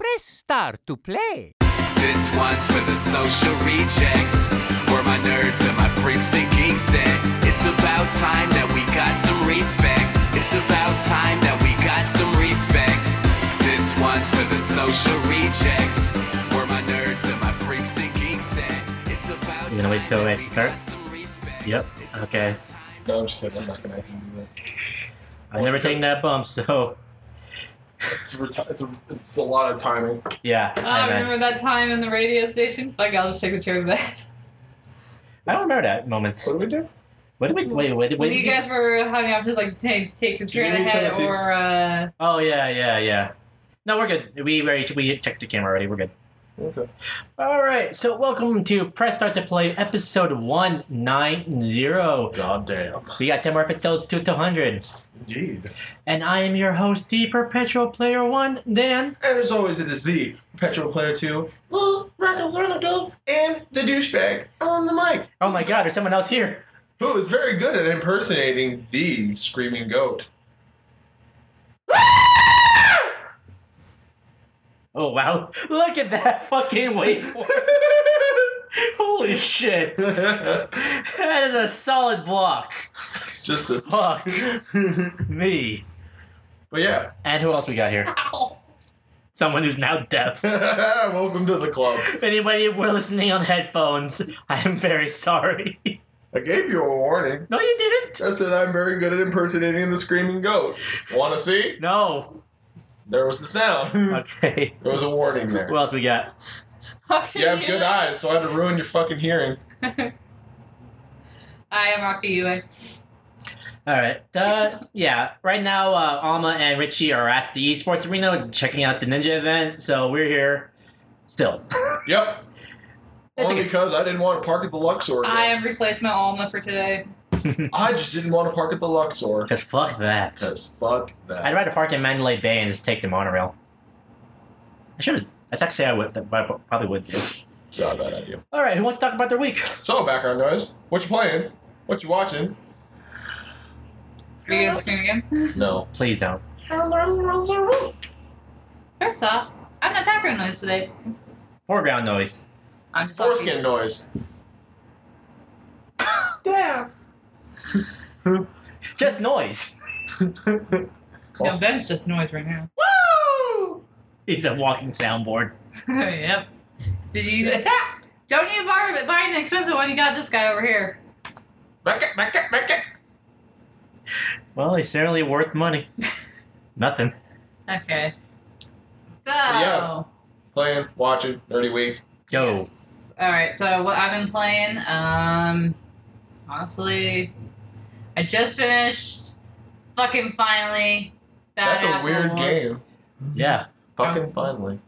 Let's start to play. This one's for the social rejects. We're my nerds and my freaks and geeks, and it's about time that we got some respect. It's about time that we got some respect. This one's for the social rejects. We're my nerds and my freaks and geeks, and it's about You gonna wait till I start? Yep. Okay. No, I'm just kidding. I'm not gonna. do that. I've never taken that bump, so It's, a reti- it's, a, it's a lot of timing. yeah. Oh, I, I imagine- remember that time in the radio station. Fuck, I'll just take the chair back. I don't remember that moment. What do we do? What did we? Wait, wait, wait. When you guys were having options like take take the chair You in the need head to- or uh, Oh yeah, yeah, yeah. No, we're good. We already we checked the camera already. We're good. Okay. All right. So welcome to Press Start to Play episode one nine zero. Goddamn. We got ten more episodes to two hundred, Indeed. and I am your host, the Perpetual Player One, Dan. And as always, it is the Perpetual Player 2, the Radical Thronicle, and the douchebag on the mic, Oh my God, there's someone else here. who is very good at impersonating the Screaming Goat. Oh wow, look at that fucking waveform. Holy shit, that is a solid block. It's just a. Fuck me. But yeah, And who else we got here? ow. Someone who's now deaf. welcome to the club. Anybody we're listening on headphones, I am very sorry. I gave you a warning. No, you didn't. I said I'm very good at impersonating the Screaming Goat. Want to see? No. There was the sound. Okay. There was a warning there. Who else we got? Okay, You have good eyes, so I had to ruin your fucking hearing. I am Rocky Ewing. All right. Uh, yeah. Right now, uh, Alma and Richie are at the esports arena checking out the ninja event. So we're here, still. Yep. It's Only okay. because I didn't want to park at the Luxor. I again. have replaced my Alma for today. I just didn't want to park at the Luxor. Cause fuck that. Because fuck I'd that. rather park in Mandalay Bay and just take the monorail. I should have. That's actually I would. I probably would do. It's not a bad idea. All right. Who wants to talk about their week? So, background noise. What you playing? What you watching? Are you gonna scream again? No. Please don't. First off, I'm not background noise today. Foreground noise. I'm just Foreskin noise. Just noise. No, Ben's just noise right now. Woo! He's a walking soundboard. yep. Did you? Don't you borrow buy an expensive one. You got this guy over here. Back it, back it, back it. Well, he's certainly worth money. Nothing. Okay. So. Yeah. Playing, watching, nerdy week. Yo. Yes. All right. So what I've been playing, um, honestly, I just finished fucking finally. Bad That's a Apple weird Wars. game. Yeah. Fucking finally.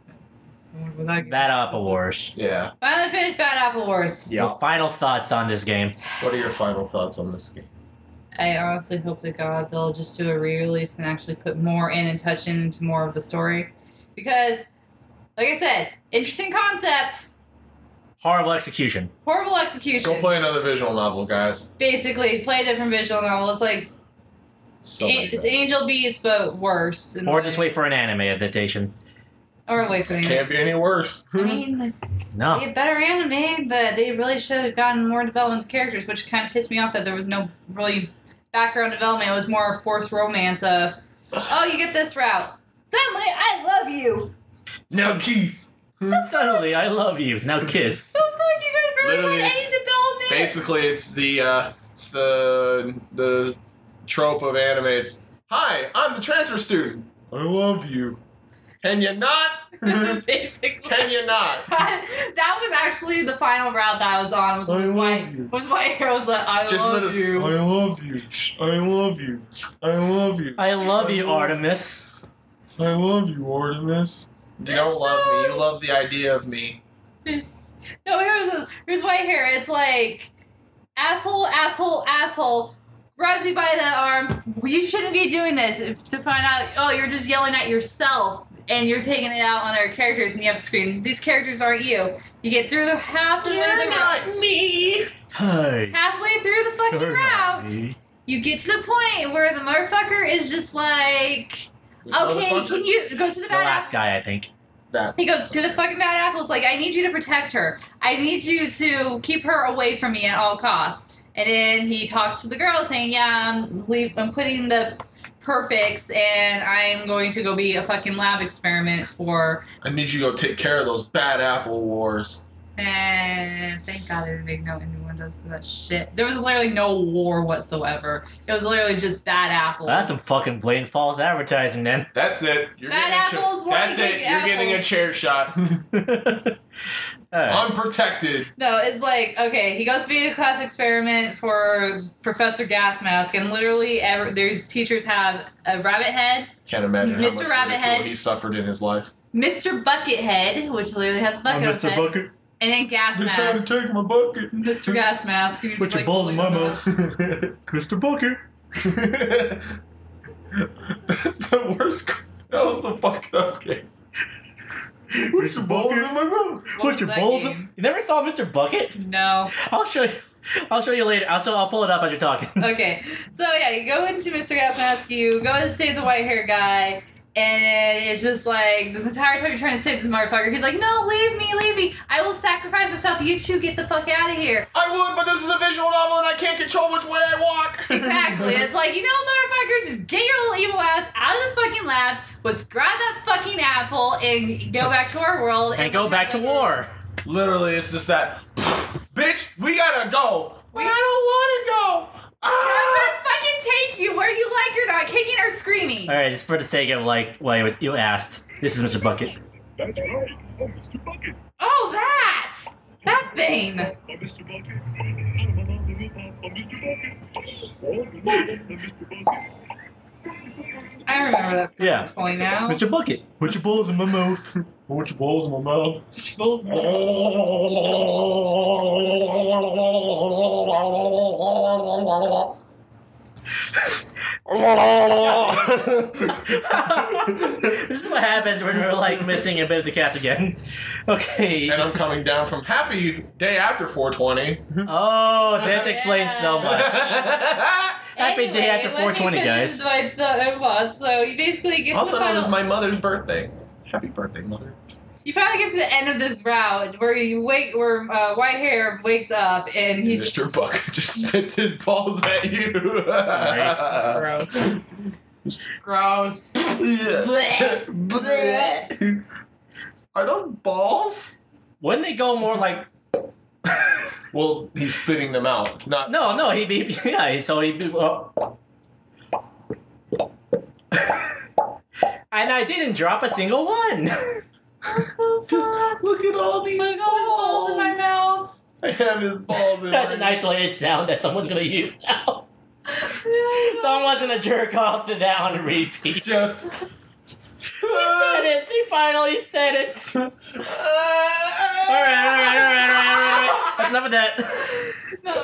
What that game? That Apple Wars. Yeah. Finally finished Bad Apple Wars. Your final thoughts on this game. What are your final thoughts on this game? I honestly hope to God they'll just do a re-release and actually put more in and touch into more of the story, because, like I said, interesting concept, Horrible execution. horrible execution. Go play another visual novel, guys. Basically, play a different visual novel. It's like So an- many it's bad. Angel Beats, but worse. in a Or way. just wait for an anime adaptation. Or wait for This the- can't be any worse. I mean, like, they No. had better anime, but they really should have gotten more development of the characters, which kind of pissed me off that there was no really background development. It was more forced romance of, oh, you get this route. Suddenly, I love you. Now, Keith. Suddenly, I love you. Now kiss. So fuck, you guys really Literally, want it's any development? Basically, it's the uh, it's the the trope of anime. It's hi, I'm the transfer student. I love you. Can you not? Can Basically. you not? that was actually the final route that I was on. Was I love why you. was why Harold was like, I Just love literally, you. I love you. I love you. I love you. I love you, Artemis. I love you, Artemis. You don't love me. You love the idea of me. No, here's here's white hair. It's like asshole, asshole, asshole. Grabs you by the arm. You shouldn't be doing this. If- To find out, oh, you're just yelling at yourself, and you're taking it out on our characters, and you have to scream. These characters aren't you. You get through the half the way the route, me. Hey. halfway through the fucking You're not route. me. You get to the point where the motherfucker is just like, Which okay, motherfucker? can you go to the The last bathroom? guy, I think. that. He goes to the fucking bad apples, like, I need you to protect her. I need you to keep her away from me at all costs. And then he talks to the girl, saying, Yeah, I'm, leave- I'm quitting the perfects and I'm going to go be a fucking lab experiment for. I need you to go take care of those bad apple wars. And thank God they didn't make no innuendos for that shit. There was literally no war whatsoever. It was literally just bad apples. That's some fucking blatant false advertising, then. That's it. You're Bad getting a cha- apples were That's like it. big You're getting a apples. chair shot. Alright. Unprotected. No, it's like okay, he goes to be a class experiment for Professor Gas Mask, and literally, ever, there's teachers have a rabbit head, Can't imagine how Mr. much Rabbit ridicule Head. he suffered in his life. Mr. Bucket Head, which literally has a Oh, bucket on his head, Bucket, and then Gas They're trying Mask, to take my bucket. Mr. Gas Mask. and you're just like, oh my God. Mr. Bucket. That's the worst. cr- That was the fucked up game. Put your balls in my mouth. What was that game? You never saw Mr. Bucket? No. I'll show you. I'll show you later. I'll show, I'll pull it up as you're talking. Okay, so yeah, you go into Mr. Gas Mask, you go and save the white hair guy. And it's just like this entire time you're trying to save this motherfucker. He's like, "No, leave me, leave me! I will sacrifice myself. You two get the fuck out of here." I would, but this is a visual novel and I can't control which way I walk. Exactly. It's like, you know, motherfucker, just get your little evil ass out of this fucking lab. Let's grab that fucking apple and go back to our world and go back to war. Literally, it's just that. Bitch, we gotta go. But I don't wanna go. I'm Ah! gonna fucking take you where you like or not, kicking or screaming. All right, just for the sake of like, well, it was, you asked. This is Mr. Bucket. That's right. Oh, Mr. Bucket. Oh, that! That thing! Oh, Mr. Bucket. Oh, Mr. Bucket. Oh, Mr. Bucket. I remember that Yeah. toy now. Mr. Bucket. Put your balls in my mouth. Put your balls in my mouth. this is what happens when we're like missing a bit of the cast again. Okay. and I'm coming down from happy day after 420. Oh, this explains so much. Happy anyway, day after let me 420, finish guys. what I thought it was. So you basically get to also the known final... as my mother's birthday. Happy birthday, mother. You finally get to the end of this route where you wake, where uh, White Hair wakes up and he Mr. Buck just spits his balls at you. Sorry. gross. gross. Bleh. Bleh. Are those balls? Wouldn't they go more like? Well, he's spitting them out. Not No, no. He, he yeah. So he. Oh. and I didn't drop a single one. just look at all these Look at all these balls. balls in my mouth. I have his balls in That's my an isolated sound that someone's gonna use now. Someone's gonna jerk off to that on repeat. She Just. said it. She finally said it. All right, all right, all right, all right, all right, all right. That's enough of that. No.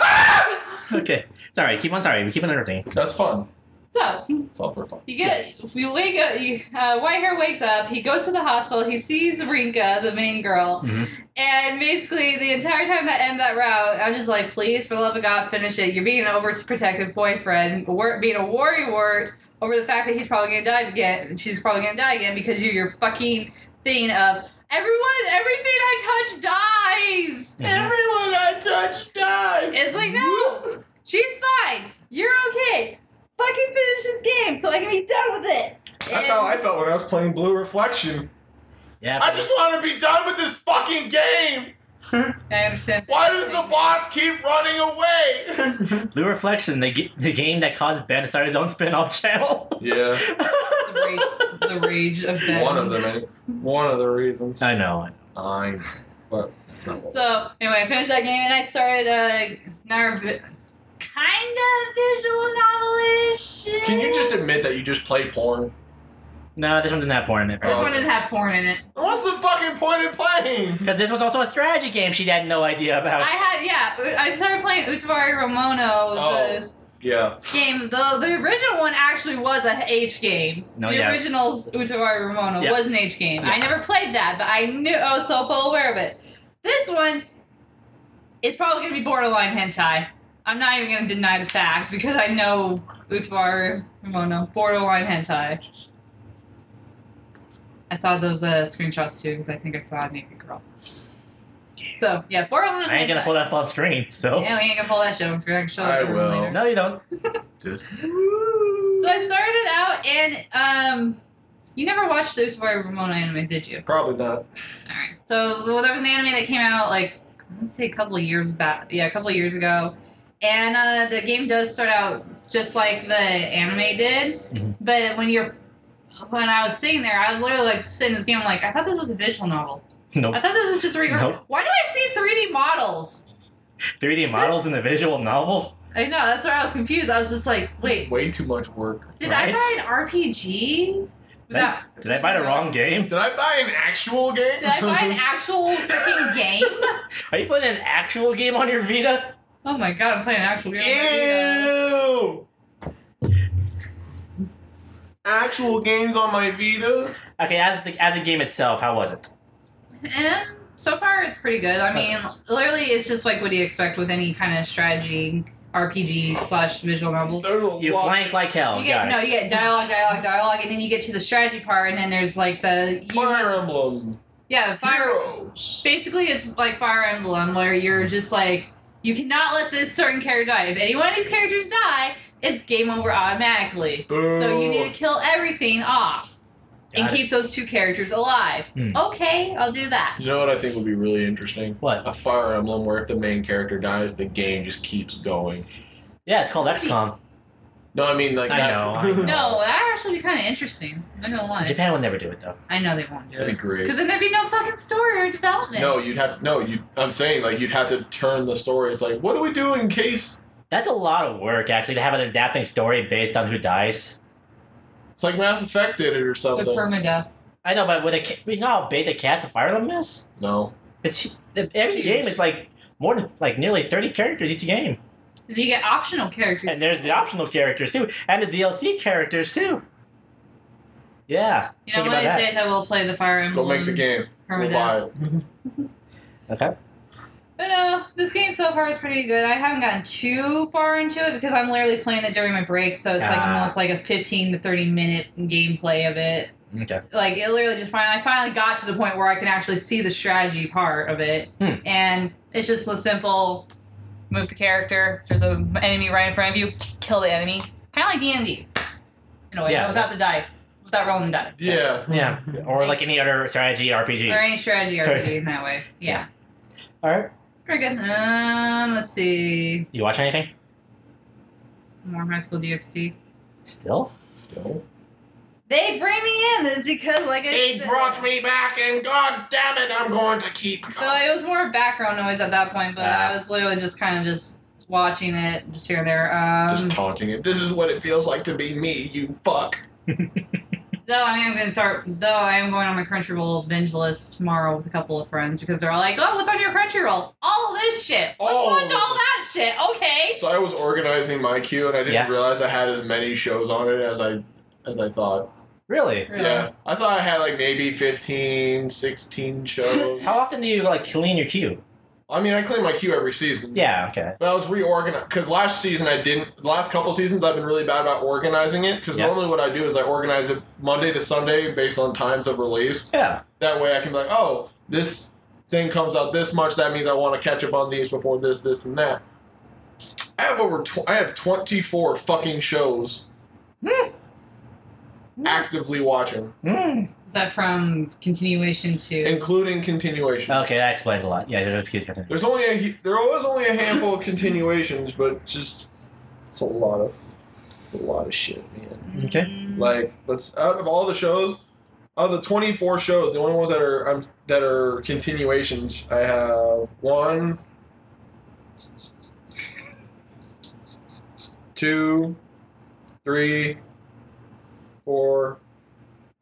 Okay, sorry. Keep on. Sorry, we keep on entertaining. That's fun. So It's all for fun. you get you wake up. You, uh, White Hair wakes up. He goes to the hospital. He sees Rinka, the main girl, Mhm. and basically the entire time that end that route, I'm just like, please, for the love of God, finish it. You're being an overprotective boyfriend, or being a worrywart over the fact that he's probably gonna die again. She's probably gonna die again because you're your fucking thing of everyone, everything I touch dies. Everyone I touch dies. It's like, no! She's fine. You're okay. Fucking finish this game so I can be done with it. That's how I felt when I was playing Blue Reflection. Yeah. I just want to be done with this fucking game. I understand. Why does the boss keep running away? Blue Reflection, the, g- the game that caused Ben to start his own spin off channel. yeah, the rage, the rage of that? one of them. any- One of the reasons. I know. I. But that's not what- So anyway, I finished that game and I started uh, a kind of visual novelish. Can you just admit that you just play porn? No, this one didn't have porn in it. This one didn't have porn in it. What's the fucking point of playing? Because this was also a strategy game she had no idea about. I had yeah. I started playing Utari Romono. The, Oh. Yeah. game. The the original one actually was a H game. No, the yeah. original Utawari Ramona Yeah. was an H game. Yeah. I never played that, but I knew I was so full aware of it. This one is probably gonna be borderline hentai. I'm not even gonna deny the fact because I know Utawari Ramona borderline hentai. I saw those uh, screenshots too because I think I saw a naked girl. So yeah, Boron. I ain't gonna pull that up on screen, so. Yeah, we ain't gonna pull that shit on screen. I can show it I to her will. later. No, you don't. Just So I started out and um, you never watched the Utavai Ramona anime, did you? probably not. All right. So well, there was an anime that came out like let's say a couple of years back. Yeah, a couple of years ago, and uh, the game does start out just like the anime did, Mhm. but when you're when I was sitting there, I was literally like sitting in this game. I'm like, I thought this was a visual novel. I Nope. thought this was just a re- Nope. Why do I see 3D models? 3D Is models in a visual novel? I know that's where I was confused. I was just like, wait, Way too much work. did I Right? buy an RPG? Did I- Did I buy the wrong game? Did I buy an actual game? Did I buy an actual freaking game? Are you playing an actual game on your Vita? Oh my god, I'm playing an actual game. on my Vita. Ew. Actual games on my Vita. Okay, as the as a game itself, how was it? Um, so far it's pretty good. I mean, literally, it's just like what do you expect with any kind of strategy RPG slash visual novel. There's a You lot. flank like hell, You get no, guys. you get dialogue, dialogue, dialogue, and then you get to the strategy part, and then there's like the you- Fire Emblem. yeah, fire. Heroes. Basically, it's like Fire Emblem, where you're just like you cannot let this certain character die. If any one of these characters die, it's game over automatically. Boo. So you need to kill everything off and Got it. keep those two characters alive. Hmm. Okay, I'll do that. You know what I think would be really interesting? What? A Fire Emblem where if the main character dies, the game just keeps going. Yeah, it's called XCOM. No, I mean like I that- know, I know. No, that would actually be kind of interesting. I'm not gonna lie. Japan would never do it though. I know they won't do That'd be it. great. Because then there'd be no fucking story or development. No, you'd have no. You, I'm saying like you'd have to turn the story. It's like, what do we do in case? That's a lot of work actually to have an adapting story based on who dies. It's like Mass Effect did it or The something. permadeath. I know, but with a ca- you know how big the cast of Fire Emblem is? no, It's every game is like more than like nearly thirty characters each game, And you get optional characters. and there's the optional characters too, and the DLC characters too. Yeah. You Think know, one of about these that. days I will play the Fire go Emblem. make the game. We'll Permadeath. buy it. Okay. But no, this game so far is pretty good. I haven't gotten too far into it because I'm literally playing it during my break, so it's like Ah. almost like a 15 to 30 minute gameplay of it. Okay. like it literally just finally I finally got to the point where I can actually see the strategy part of it, Hmm. and it's just so simple. Move the character. If there's an enemy right in front of you, kill the enemy. Kind of like D and D, in a way, Yeah. but without the dice, without rolling the dice, Yeah. Yeah. Or like any other strategy RPG. or any strategy RPG in that way. Yeah, All right. pretty good. Um, let's see, You watch anything? more High School DxD. Still? Still. They bring me in this because, like I They said- brought me back, and god damn it, I'm going to keep. So Going. it was more background noise at that point, but Ah. I was literally just kind of just watching it, just here and there. Um, Just taunting it. This is what it feels like to be me. You fuck. Though I am going to start, though I am going on my Crunchyroll binge list tomorrow with a couple of friends because they're all like, "Oh, what's on your Crunchyroll? All of this shit. Let's All watch of all that shit." Okay. So I was organizing my queue, and I didn't Yeah. realize I had as many shows on it as I as I thought. Really? Yeah. I thought I had like maybe 15, 16 shows. How often do you like clean your queue? I mean, I clean my queue every season. Yeah. Okay. But I was reorganized because last season I didn't. the Last couple seasons I've been really bad about organizing it because Yeah. normally what I do is I organize it Monday to Sunday based on times of release. Yeah. That way I can be like, oh, this thing comes out this much. That means I want to catch up on these before this, this, and that. I have over. Tw- I have twenty four fucking shows actively watching, Mm. Is that from continuation to? including continuation. Okay, that explains a lot. Yeah, there's a few. different- There's only a hu- there was only a handful of continuations, but just it's a lot of a lot of shit, man. Okay. Like let's out of all the shows, out of the 24 shows, the only ones that are um, that are continuations, I have one, two, three, four,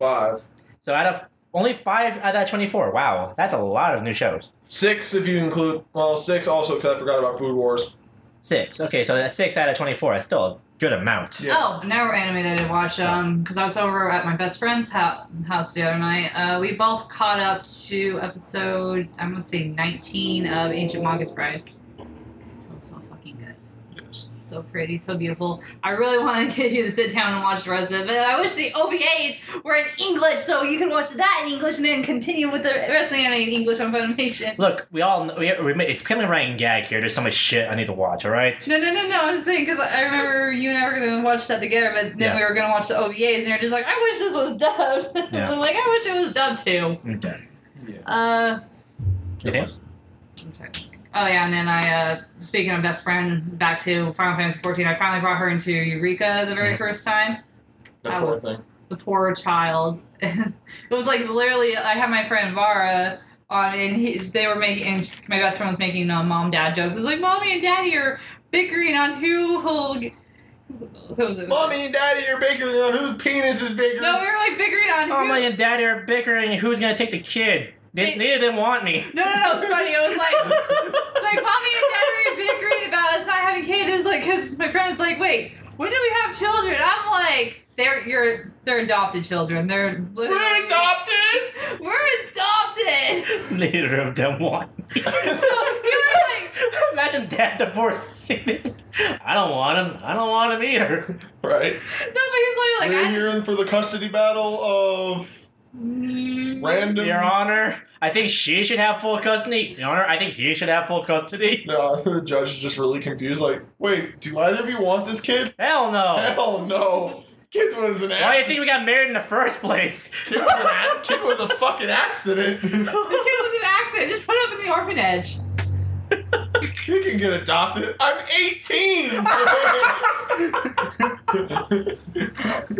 five, So out of only five out of 24. Wow, that's a lot of new shows. six if you include well six also because I forgot about Food Wars. Six. Okay, so that's six out of 24. That's still a good amount. Yeah. Oh, another anime that I did watch um because I was over at my best friend's ho- house the other night. Uh, we both caught up to episode I'm gonna say 19 of Ancient Magus Bride. Still so fucking good. Yes. It's so pretty, so beautiful. I really want to get you to sit down and watch the rest of it. But I wish the OVAs were in English so you could watch that in English and then continue with the rest of the anime in English on Funimation. Look, we all know, we, we, it's becoming a running gag here. There's so much shit I need to watch. All right. No, no, no, no. I'm just saying because I remember you and I were going to watch that together, but Yeah. then we were going to watch the OVAs and you're just like, I wish this was dubbed. Yeah. I'm like, I wish it was dubbed too. Okay. Uh, Okay. I'm sorry. Oh yeah, and then I, uh, speaking of best friends, back to Final Fantasy fourteen. I finally brought her into Eureka the very Mhm. first time. The I poor was- thing. The poor child. it was like literally, I had my friend Vara on, and he, they were making. And my best friend was making uh, mom dad jokes. It's like mommy and daddy are bickering on who will. g- Who was it? Mommy and daddy are bickering on whose penis is bigger. No, we were like bickering on who. Mama and Oh, Daddy are bickering. Who's gonna take the kid? They, They- they didn't want me. No, no, no, it's funny. It was like. It's like mommy and daddy are bickering about us not having kids. It's like because my friend's like, wait, when do we have children? I'm like, they're you're they're adopted children. They're literally, We're adopted. We're adopted. Neither of them want. So we were like, Imagine dad divorced proceeding. I don't want him. I don't want him either. Right. no, but he's like, We're like I, here in for the custody battle of Mm, random. Your Honor, I think she should have full custody. Your Honor, I think he should have full custody. No, the judge is just really confused. Like, wait, do either of you want this kid? Hell Oh. no. Hell no. Kid was an accident. Why do you think we got married in the first place? kid, was an ac- kid was a fucking accident. the kid was an accident. Just put him up in the orphanage. you can get adopted. I'm 18.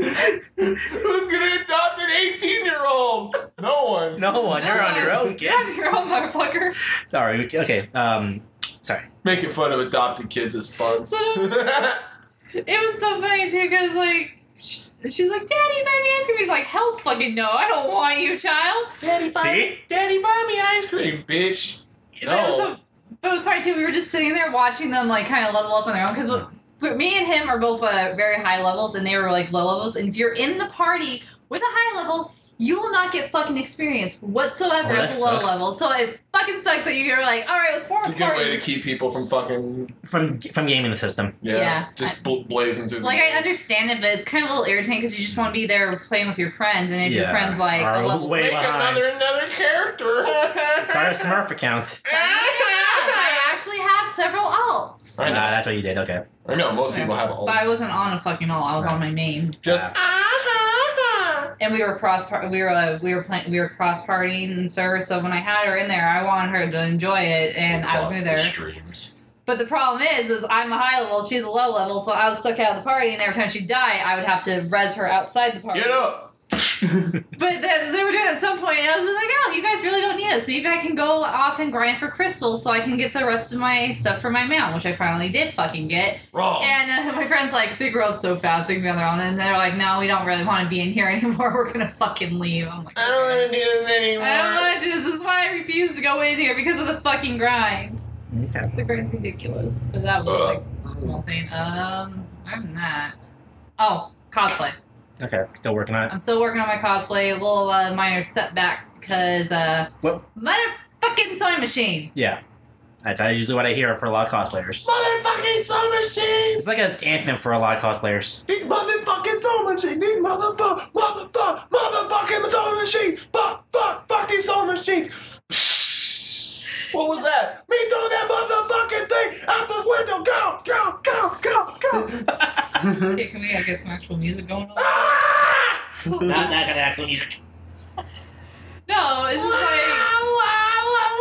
Who's gonna adopt an 18 year old? No one. No one. You're on your own, You're on kid. your own, motherfucker. Sorry. we- Okay. Um. Sorry. Making fun of adopted kids is fun. So It was so funny too, cause like sh- she's like, "Daddy, buy me ice cream." He's like, "Hell, fucking no! I don't want you, child." Daddy, See? Daddy, buy me ice cream, bitch. But it was No. so, but it was funny too. We were just sitting there watching them like kind of level up on their own because me and him are both uh, very high levels and they were like low levels. And if you're in the party with a high level, you will not get fucking experience whatsoever Oh, that at the low sucks. level. So it fucking sucks that you're like, all right, let's form It's a a good party. way to keep people from fucking From from gaming the system. yeah, Yeah. just bl- blazing through. like I understand it, but it's kind of a little irritating because you just want to be there playing with your friends, and if your Yeah. friends like Are a level way make behind. another another character. Start a Smurf account. Yeah, I actually have several alts. I Nah, know. Uh, that's what you did. Okay. I know most people have all. But I wasn't on a fucking alt. I was on my main, Just Uh, and we were cross. Par- we were uh, we were playing. We were cross partying and server. So when I had her in there, I wanted her to enjoy it, and I was across new the there. Streams. But the problem is, is I'm a high level. She's a low level. So I was stuck out of the party, and every time she died, I would have to res her outside the party. Get up. But they, they were doing it at some point, and I was just like, oh, you guys really don't need us. Maybe I can go off and grind for crystals so I can get the rest of my stuff for my mount, which I finally did fucking get. Wrong. And uh, my friend's like, they grow so fast, they can be on their own. And they're like, no, we don't really want to be in here anymore. We're going to fucking leave. I'm like, I don't want to do this Oh, anymore. I don't want to do this. This is why I refuse to go in here because of the fucking grind. okay. The grind's ridiculous. But that was like a small thing. Um, I'm not. Oh, cosplay. Okay. Still working on it. I'm still working on my cosplay. A little uh, minor setbacks because uh, What? motherfucking sewing machine. Yeah. That's usually what I hear for a lot of cosplayers. Motherfucking summer machine. It's like an anthem for a lot of cosplayers. These motherfucking sewing machine. These motherfuck, motherfuck, motherfucking sewing machine. Fuck, fuck, fucking sewing machine. What was that? Me throw that motherfucking thing out the window. Go, go, go, go, go. Okay, can we uh, get some actual music going on? Ah! Not that kind of actual music. No, it's just like.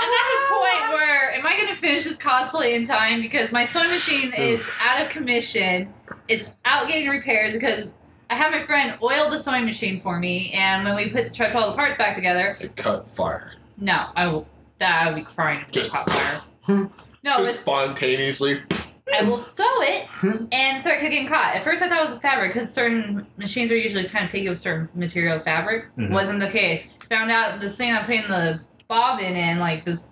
I'm at the point where am I gonna finish this cosplay in time because my sewing machine is out of commission. It's out getting repairs because I had my friend oil the sewing machine for me, and when we put tried to put all the parts back together, It caught fire. no, I will that I would be crying if it Just- caught fire. No, Just it's, spontaneously. I will sew it and start getting caught. At first, I thought it was fabric because certain machines are usually kind of picky with certain material fabric. Mhm. Wasn't the case. Found out the thing I'm putting the bobbin in, like this,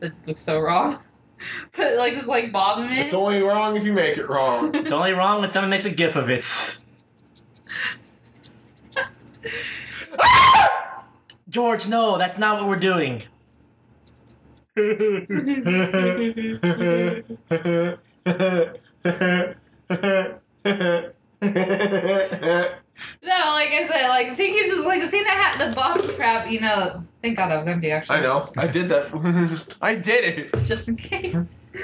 it looks so wrong. Put like this like bobbin in. It's only wrong if you make it wrong. It's only wrong when someone makes a gif of it. George, no, that's not what we're doing. No, like I said, like the thing is just like the thing that had the bomb trap, you know. Thank God that was empty, actually. I know. I did that. I did it. Just in case. I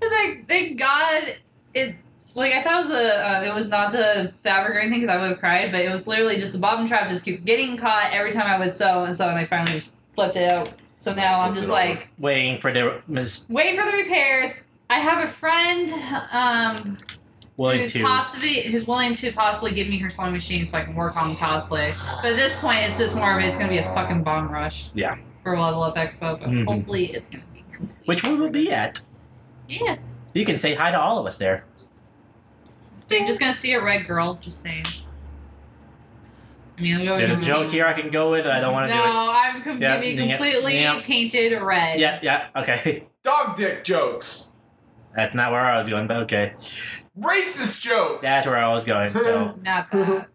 was like, thank God it. Like I thought it was a, uh, it was not the fabric or anything because I would have cried, but it was literally just the bottom trap just keeps getting caught every time I would sew, and so and I finally flipped it out. So now I'm Flipped just it over. like waiting for the Miss waiting for the repairs. I have a friend um, Willing who's to. possibly who's willing to possibly give me her sewing machine so I can work on the cosplay. But at this point, it's just more of it's gonna be a fucking bomb rush. Yeah. For Level Up Expo, but Mhm. hopefully it's gonna be complete. Which we will be at. Yeah, You can say hi to all of us there. I'm just gonna see a red girl. Just saying. I mean, I'm going There's a to- joke here I can go with. I don't want to no, do I'm com- Yeah, gonna be yeah, completely yeah. painted red. it. Yeah, yeah, okay. Dog dick jokes. That's not where I was going, but okay. Racist jokes. That's where I was going. So Not that.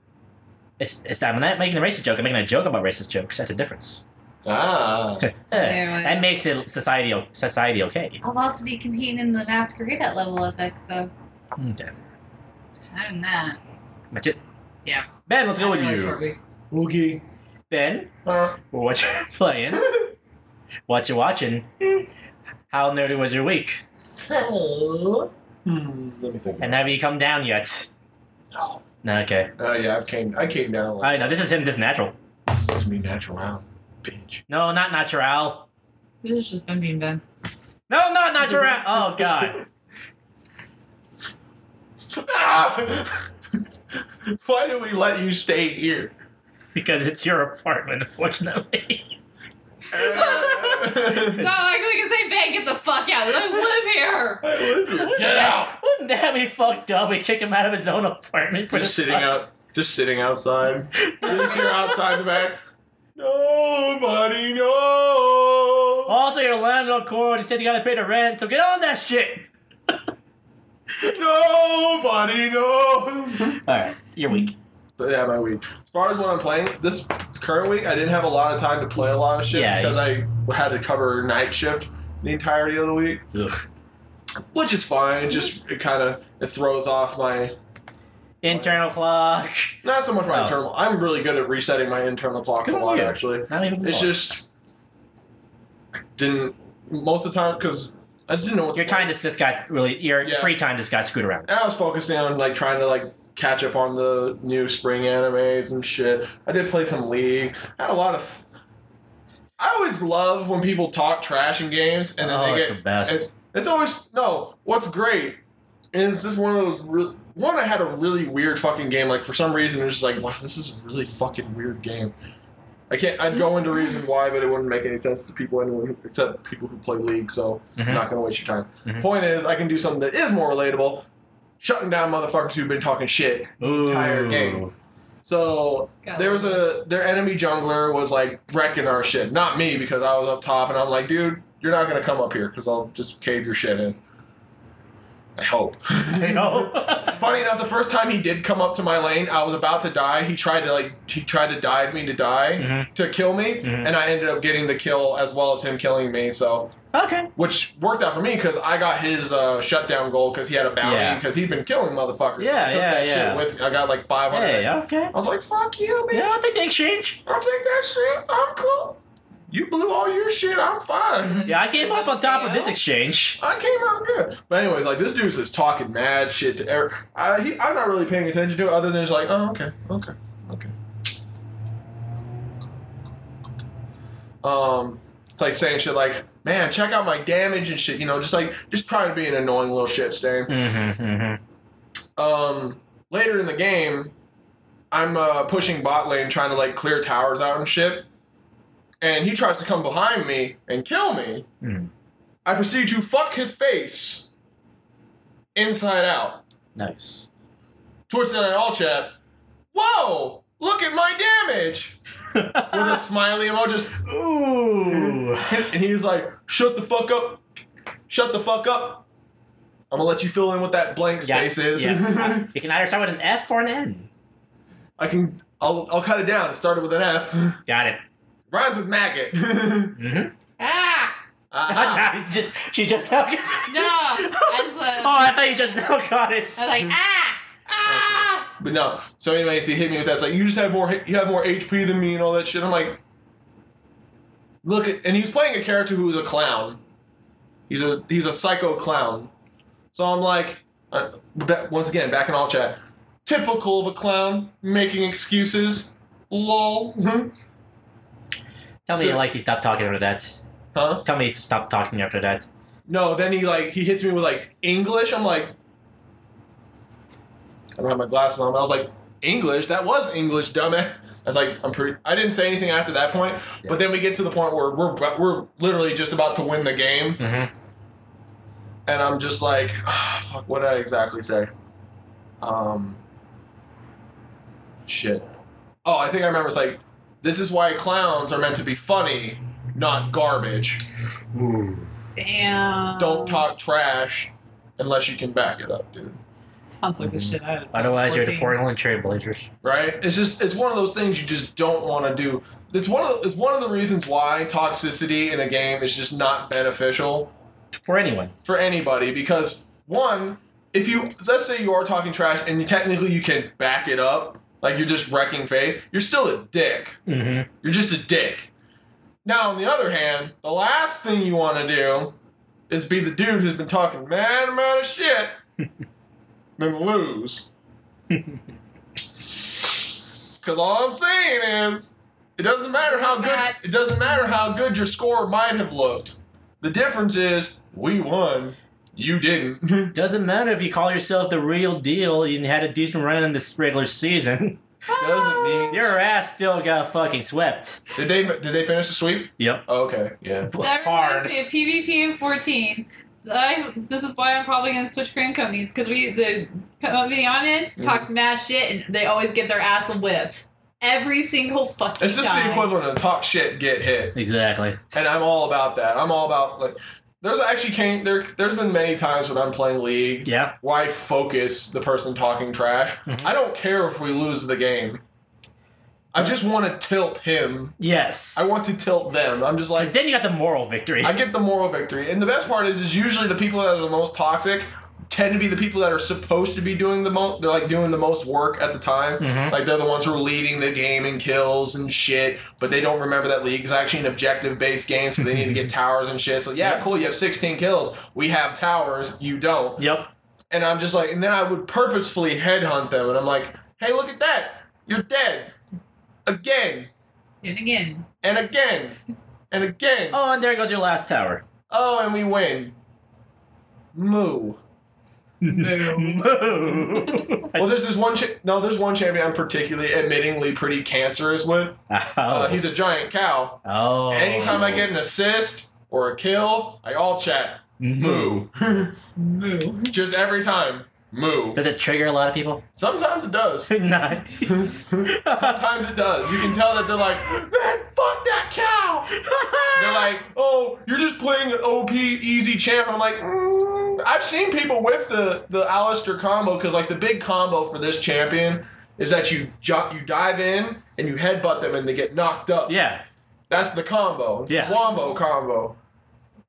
it's, it's I'm not making a racist joke. I'm making a joke about racist jokes. That's a difference. Ah. Eh, Anyway. that makes it society o- society okay. I'll also be competing in the masquerade at Level Up Expo. Okay, Other than that, that's it. Yeah. Ben, let's go with really you. short week. Oogie. Ben, Huh? what you playing? What you watching? How nerdy was your week? So. Hmm. Let me think. And have you come down yet? No. No, Okay. Uh, yeah, I've came. I came down. Like, I know this is him. This is natural. this is me natural. Wow. Bitch. No, not natural. This is just Ben being Ben. No, not natural. Oh God. Ah! Why do we let you stay here? Because it's your apartment, unfortunately. I It's not like we can say, Ben, get the fuck out. I live here. live here. Get out! Wouldn't that be fucked up? We kicked him out of his own apartment for Just this sitting fuck- out. Just sitting outside. Just here outside the back. Nobody knows. Also, your landlord court said you gotta pay the rent, so get on that shit. Nobody knows. All right, you're weak. But yeah, my week. As far as what I'm playing, this current week I didn't have a lot of time to play a lot of shit Yeah, because I had to cover night shift the entirety of the week, which is fine. It just it kind of it throws off my Internal clock. not so much my Oh. internal. I'm really good at resetting my internal clocks a Good on lot you. actually. Not even. It's more. just didn't most of the time because I just didn't know what your to time just just got really your Yeah. free time just got screwed around. And I was focusing on like trying to like catch up on the new spring animes and shit. I did play some League. I had a lot of. I always love when people talk trash in games and then oh, they it's get. the best. It's, it's always no. What's great is just one of those. Re- one I had a really weird fucking game. Like for some reason, it was just like, wow, this is a really fucking weird game. I can't. I'd go into reason why, but it wouldn't make any sense to people anyone except people who play League. So Mhm. I'm not going to waste your time. Mhm. Point is, I can do something that is more relatable, shutting down motherfuckers who've been talking shit. Ooh. entire game. So God. there was a their enemy jungler was like wrecking our shit. Not me because I was up top and I'm like, dude, you're not going to come up here because I'll just cave your shit in. I hope. You know? Funny enough, the first time he did come up to my lane, I was about to die. He tried to like he tried to dive me to die Mhm. to kill me, Mhm. and I ended up getting the kill as well as him killing me. So okay. which worked out for me because I got his uh, shutdown goal because he had a bounty Yeah. because he'd been killing motherfuckers. Yeah, I took yeah, that yeah. shit with me. I got like 500. Hey, okay. I was like, fuck you, man. Yeah, I'll take the exchange. I'll take that shit. I'm cool. You blew all your shit. I'm fine. Yeah, I came up on top of this exchange. I came out good. But anyways, like this dude's just talking mad shit to Eric. I, he, I'm not really paying attention to it other than just like, oh, okay, okay, okay. Um, it's like saying shit like, man, check out my damage and shit. You know, just like just trying to be an annoying little shit stain. Mm-hmm, mm-hmm. um, later in the game, I'm uh, pushing bot lane trying to like clear towers out and shit. And he tries to come behind me and kill me. Hmm. I proceed to fuck his face inside out. Nice. Towards the end of all chat, whoa, look at my damage! With a smiley emoji, just, Ooh. and he's like, shut the fuck up, shut the fuck up. I'm gonna let you fill in what that blank Yeah, space is. yeah. You can either start with an F or an N. I can. I'll, I'll cut it down. It started with an F. Got it. Rhymes with maggot. Mm-hmm. ah. Uh-huh. just she just now. Got, No, I was, uh, oh, I thought you just now got it. I was like, ah, ah. But no. So, anyways, he hit me with that. It's like you just have more, you have more HP than me, and all that shit. I'm like, look, at, and he's playing a character who is a clown. He's a he's a psycho clown. So I'm like, uh, that, once again, back in all chat, typical of a clown making excuses. Lol. Tell me So- you like he stopped talking after that. huh? Tell me to stop talking after that. No. Then he like he hits me with like English. I'm like, I don't have my glasses on. I was like, English? That was English, dumbass. I was like, I'm pretty. I didn't say anything after that point. But then we get to the point where we're we're literally just about to win the game, Mm-hmm. and I'm just like, ah, fuck. What did I exactly say? Um. Shit. Oh, I think I remember. It's like, this is why clowns are meant to be funny, not garbage. Damn. Don't talk trash unless you can back it up, dude. Sounds like the shit I would- Otherwise, you're the Working. Portland Trailblazers. right? It's just it's one of those things you just don't want to do. It's one of the, it's one of the reasons why toxicity in a game is just not beneficial For anyone. for anybody because one, if you let's say you are talking trash and you, technically you can back it up, like you're just wrecking face, you're still a dick. Mm-hmm. You're just a dick. Now, on the other hand, the last thing you want to do is be the dude who's been talking mad amount of shit, then lose. Because all I'm saying is, it doesn't matter how good it doesn't matter how good your score might have looked. The difference is we won, you didn't. Doesn't matter if you call yourself the real deal and had a decent run in this regular season. doesn't mean Your ass still got fucking swept. did they did they finish the sweep? Yep. Oh, okay, yeah. That Hard. reminds me of PvP in 14. I, this is why I'm probably gonna switch crane companies because we the company I'm in Mm. talks mad shit and they always get their ass whipped every single fucking It's just time. the equivalent of talk shit, get hit. Exactly. and I'm all about that. I'm all about like there's actually came there there's been many times when I'm playing league Yeah. where I focus the person talking trash. Mhm. I don't care if we lose the game. I just want to tilt him. Yes. I want to tilt them. I'm just 'Cause like then you got the moral victory. I get the moral victory. And the best part is is usually the people that are the most toxic tend to be the people that are supposed to be doing the most they're like doing the most work at the time. Mhm. Like they're the ones who are leading the game in kills and shit, but they don't remember that league is actually an objective based game, so they need to get towers and shit. So yeah, cool, you have 16 kills. We have towers, you don't. Yep. And I'm just like, and then I would purposefully headhunt them, and I'm like, hey, look at that, you're dead again And again, and again and again. Oh, and there goes your last tower. Oh, and we win. Moo. Moo. Well, there's this one. Cha- no, there's one champion I'm particularly, admittingly, pretty cancerous with. Uh, oh. he's a giant cow. oh. Anytime I get an assist or a kill, I all chat Mm-hmm. moo. moo. Just every time moo. Does it trigger a lot of people? Sometimes it does. nice. Sometimes it does. You can tell that they're like, man, fuck that cow. They're like, oh, you're just playing an OP easy champ. I'm like, mm. I've seen people with the the Alistair combo because like the big combo for this champion is that you jo- you dive in and you headbutt them and they get knocked up. yeah. That's the combo. It's Yeah. the wombo combo.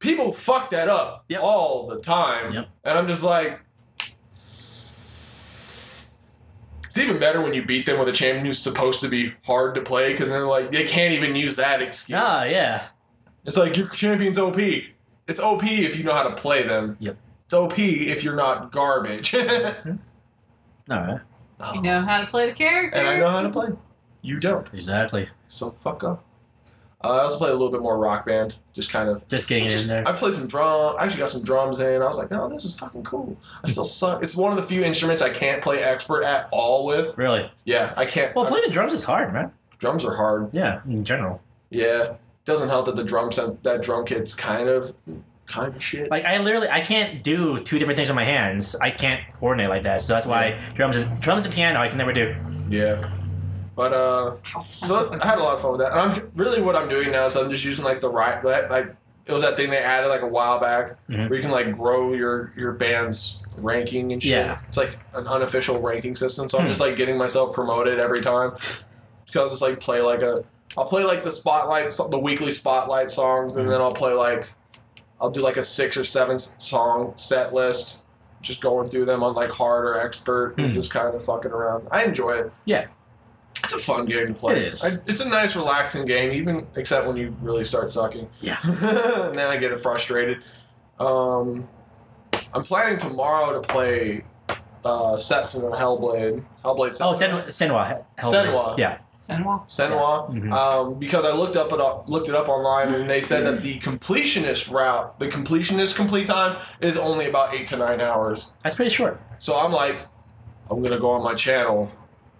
People fuck that up Yep. all the time. Yep. And I'm just like It's even better when you beat them with a champion who's supposed to be hard to play because they're like they can't even use that excuse. Ah, yeah. It's like your champion's OP. It's OP if you know how to play them. Yep. It's OP if you're not garbage. and All right. You know how to play the character. I know how to play. You don't. Exactly. So fuck up. Uh, I also play a little bit more rock band, just kind of Just getting it in there. I played some drum. I actually got some drums in. I was like, no, this is fucking cool. I still suck. It's one of the few instruments I can't play expert at all with. Really? Yeah, I can't. Well, playing the drums is hard, man. drums are hard. Yeah, in general. Yeah, doesn't help that the drum sound, that drum kit's kind of kind of shit. Like I literally, I can't do two different things with my hands. I can't coordinate like that. So that's why drums is drums and piano. I can never do. Yeah, but uh, so I had a lot of fun with that. And I'm really what I'm doing now is I'm just using like the right that like it was that thing they added like a while back Mhm. where you can like grow your your band's ranking and shit. Yeah. It's like an unofficial ranking system, so Hmm. I'm just like getting myself promoted every time. Because I'll just like play like a I'll play like the spotlight so- the weekly spotlight songs and then I'll play like I'll do like a six or seven s- song set list, just going through them on like hard or expert, and Hmm. just kind of fucking around. I enjoy it. Yeah. It's a fun game to play. It is. I, it's a nice, relaxing game, even except when you really start sucking. Yeah. and then I get frustrated. Um, I'm planning tomorrow to play uh, Setsun and Hellblade. Hellblade. Oh, Senwa. Senua. Senwa. Hellblade. Senwa. Yeah. Senwa. Senwa, Mhm. um, because I looked up it up, looked it up online, and they said that the completionist route, the completionist complete time, is only about eight to nine hours. That's pretty short. So I'm like, I'm gonna go on my channel,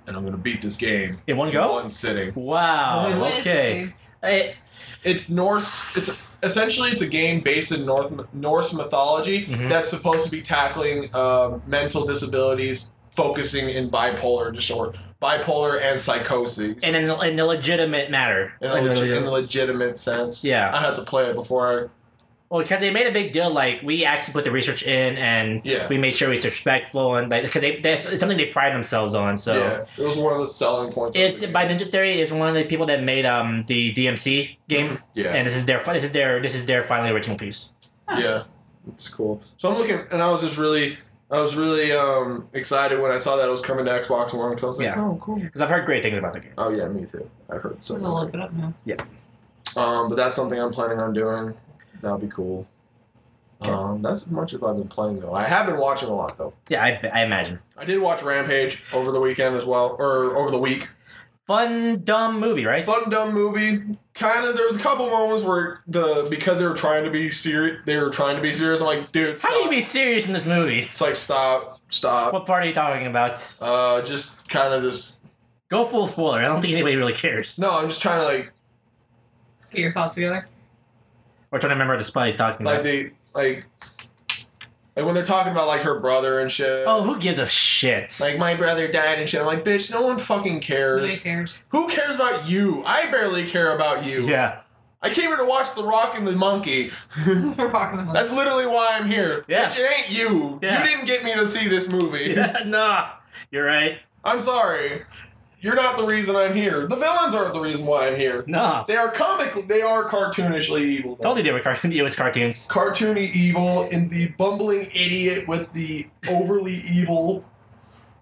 and I'm gonna beat this game In one in go? one sitting. Wow. What is this Oh, okay. game? It, It's Norse. It's essentially it's a game based in North Norse mythology Mhm. that's supposed to be tackling um mental disabilities, focusing in bipolar disorder, bipolar and psychoses. in, an, in a legitimate matter. in a, legi- in a legitimate sense. Yeah. I had to play it before Well, because they made a big deal, like we actually put the research in, and Yeah. we made sure it's respectful, and like because they that's it's something they pride themselves on. I. So yeah, it was one of the selling points. of it's the game. by Ninja Theory is one of the people that made um the DMC game, Mm-hmm. yeah, and this is their fi- this is their this is their final original piece. yeah, it's cool. So I'm looking, and I was just really, I was really um, excited when I saw that it was coming to Xbox One. Because I was like, Yeah. oh, cool. Because I've heard great things about the game. Oh yeah, me too. I heard so. I'm gonna look it up now. Um, but that's something I'm planning on doing. That'll be cool. Okay. Um, that's as much as I've been playing though. I have been watching a lot though. Yeah, I, I imagine I did watch Rampage over the weekend as well, or over the week. fun dumb movie, right? fun dumb movie. Kind of. There was a couple moments where the because they were trying to be serious, they were trying to be serious. I'm like, dude, stop. How do you be serious in this movie? It's like stop, stop. What part are you talking about? Uh, just kind of just Go full spoiler. I don't think anybody really cares. no. I'm just trying to like Get your thoughts together. We're trying to remember the spot he's talking like about. they like like when they're talking about like her brother and shit. oh, who gives a shit? Like my brother died and shit. I'm like, bitch, no one fucking Nobody cares. cares. Who cares about you? I barely care about you. yeah, I came here to watch The Rock and the Monkey. We're rocking the money. That's literally why I'm here. Yeah. Bitch, it ain't you. Yeah. You didn't get me to see this movie. yeah, nah, you're right. I'm sorry. You're not the reason I'm here. The villains aren't the reason why I'm here. Nah. They are comic. They are cartoonishly evil. though. Told you they were cartoon. It was cartoons. Cartoony evil and the bumbling idiot with the overly evil.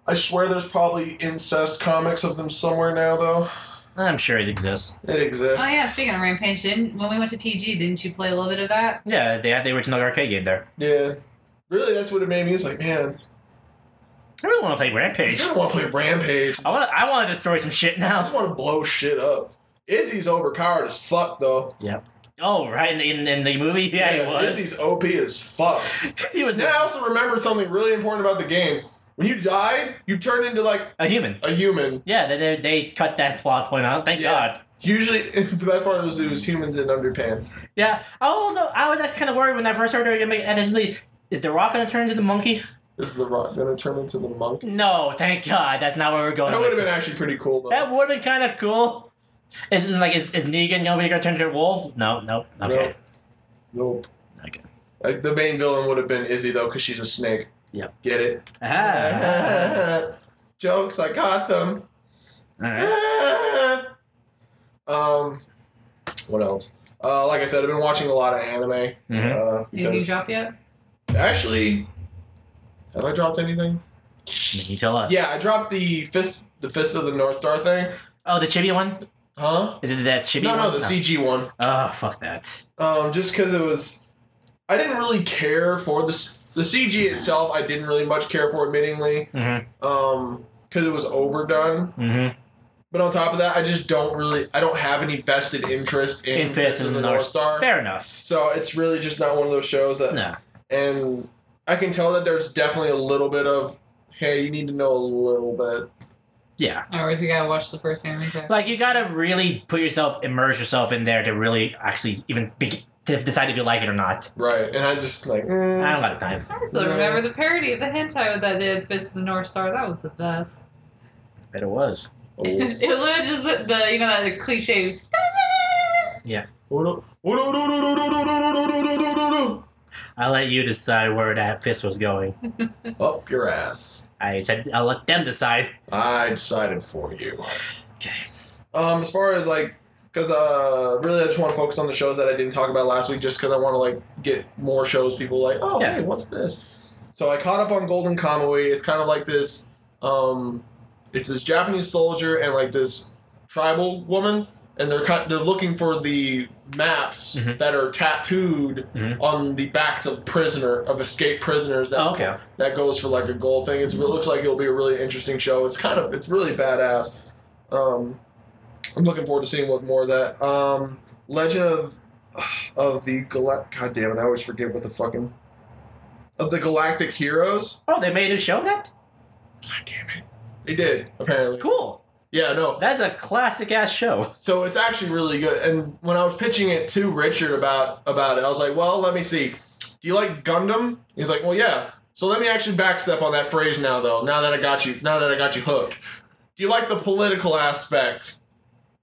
I swear there's probably incest comics of them somewhere now, though. I'm sure it exists. It exists. Oh yeah, speaking of Rampage, didn't when we went to PG, didn't you play a little bit of that? Yeah, they had the original arcade game there. Yeah. Really, that's what it made me. It's like, man, I really want to play I Rampage. don't want to play Rampage. I want. I want to destroy some shit I now. just want to blow shit up. Izzy's overpowered as fuck, though. Oh, right in in, in the movie, yeah, he was. Izzy's OP as fuck. he was Then I also remembered something really important about the game. When you died, you turned into like a human. a human. Yeah, they, they they cut that plot point out. Thank Yeah. God. Usually, the best part of this is humans in underpants. Yeah. I was also I was actually kind of worried when I first heard they were gonna make and this movie. Is the Rock gonna turn into the monkey? Is the rock gonna turn into the monk? No, thank God. That's not where we're going. That would with have been it. actually pretty cool though. That would have been kind of cool. Isn't like is, is Negan gonna be gonna turn into a wolf? No, no. Okay. Nope. Okay. Like, the main villain would have been Izzy though, because she's a snake. Yep. Get it? Ah. Jokes, I got them. All right. um, what else? Uh, like I said, I've been watching a lot of anime. Mhm. Uh, Did you because drop yet? actually, have I dropped anything? Can you tell us? Yeah, I dropped the fist, the fist of the North Star thing. Oh, the chibi one? Huh? Is it that chibi No, one? no, the CG one. Oh, fuck that. Um, just because it was, I didn't really care for this. The CG itself, I didn't really much care for, admittingly, Mm-hmm. um, because it was overdone. Mm-hmm. But on top of that, I just don't really, I don't have any vested interest in, In Fist of the North Star. Fair enough. So it's really just not one of those shows that, No. and I can tell that there's definitely a little bit of, hey, you need to know a little bit. Yeah. Otherwise, we gotta watch the first anime. Set. Like, you gotta really put yourself, immerse yourself in there to really actually even be, to decide if you like it or not. Right, and I just like, mm. I don't got the time. I still remember the parody of the hentai that did Fist of the North Star. That was the best. But it was. Oh. it was literally just the, the you know that cliche. Oh. I'll let you decide where that fist was going. Up Oh, your ass. I said, I'll let them decide. I decided for you. Okay. Um, as far as like, because uh, really I just want to focus on the shows that I didn't talk about last week, just because I want to like get more shows. People like, oh, Yeah. hey, what's this? So I caught up on Golden Kamuy. It's kind of like this. Um, it's this Japanese soldier and like this tribal woman, and they're cut, they're looking for the maps Mhm. that are tattooed Mhm. on the backs of prisoner of escaped prisoners that Oh, okay. that goes for like a gold thing. It's, it looks like it'll be a really interesting show. It's kind of it's really badass. Um, I'm looking forward to seeing what more of that. Um, Legend of of the Galact. God damn it! I always forget what the fucking of the Galactic Heroes. Oh, they made a show of that? God damn it! They did apparently. Cool. Yeah, no. That's a classic ass show. So it's actually really good. And when I was pitching it to Richard about about it, I was like, "Well, let me see. Do you like Gundam?" He's like, "Well, yeah." So let me actually backstep on that phrase now, though. Now that I got you, now that I got you hooked, do you like the political aspect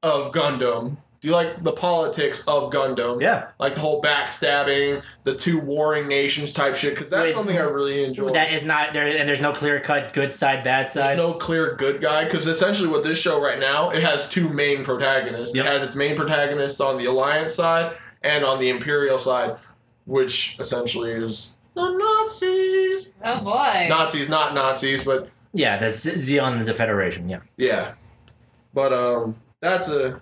of Gundam? Do you like the politics of Gundam? Yeah. like the whole backstabbing, the two warring nations type shit. Because that's Wait, something I really enjoy. That is not there, and there's no clear cut good side, bad side. There's no clear good guy because essentially with this show right now, it has two main protagonists. Yep. It has its main protagonists on the Alliance side and on the Imperial side, which essentially is the Nazis. Oh boy. Nazis, not Nazis, but yeah, that's Zeon and the Federation. Yeah. yeah. But um, that's a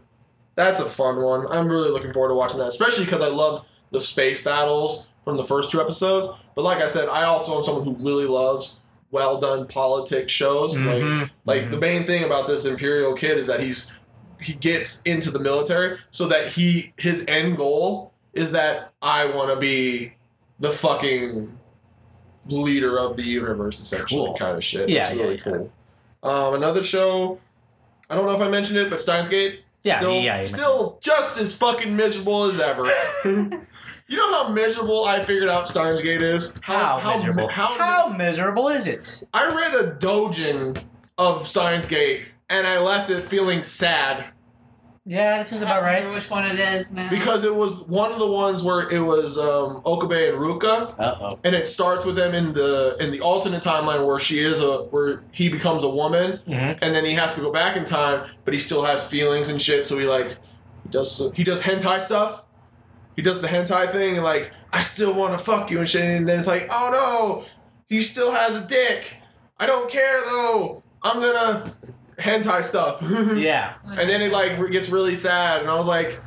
that's a fun one. I'm really looking forward to watching that, especially because I loved the space battles from the first two episodes. But like I said, I also am someone who really loves well done politics shows. Like Mhm. Like Mhm. the main thing about this Imperial kid is that he's he gets into the military so that he his end goal is that I want to be the fucking leader of the universe, essentially, Cool. kind of shit. Yeah, it's yeah, really yeah. cool. Um, another show, I don't know if I mentioned it, but Steins Gate. Yeah, still, yeah, you still just as fucking miserable as ever. you know how miserable I figured out Steins Gate is. How, how miserable? How, Mm-hmm. How miserable is it? I read a dojin of Steins Gate and I left it feeling sad Yeah, that seems I about don't right. remember which one it is now. because it was one of the ones where it was um, Okabe and Ruka, Uh oh. and it starts with them in the in the alternate timeline where she is a where he becomes a woman, Mhm. and then he has to go back in time, but he still has feelings and shit. So he like he does he does hentai stuff. He does the hentai thing and like I still want to fuck you and shit. And then it's like oh no, he still has a dick. I don't care though. I'm gonna hentai stuff. Yeah. And then it like gets really sad, and I was like,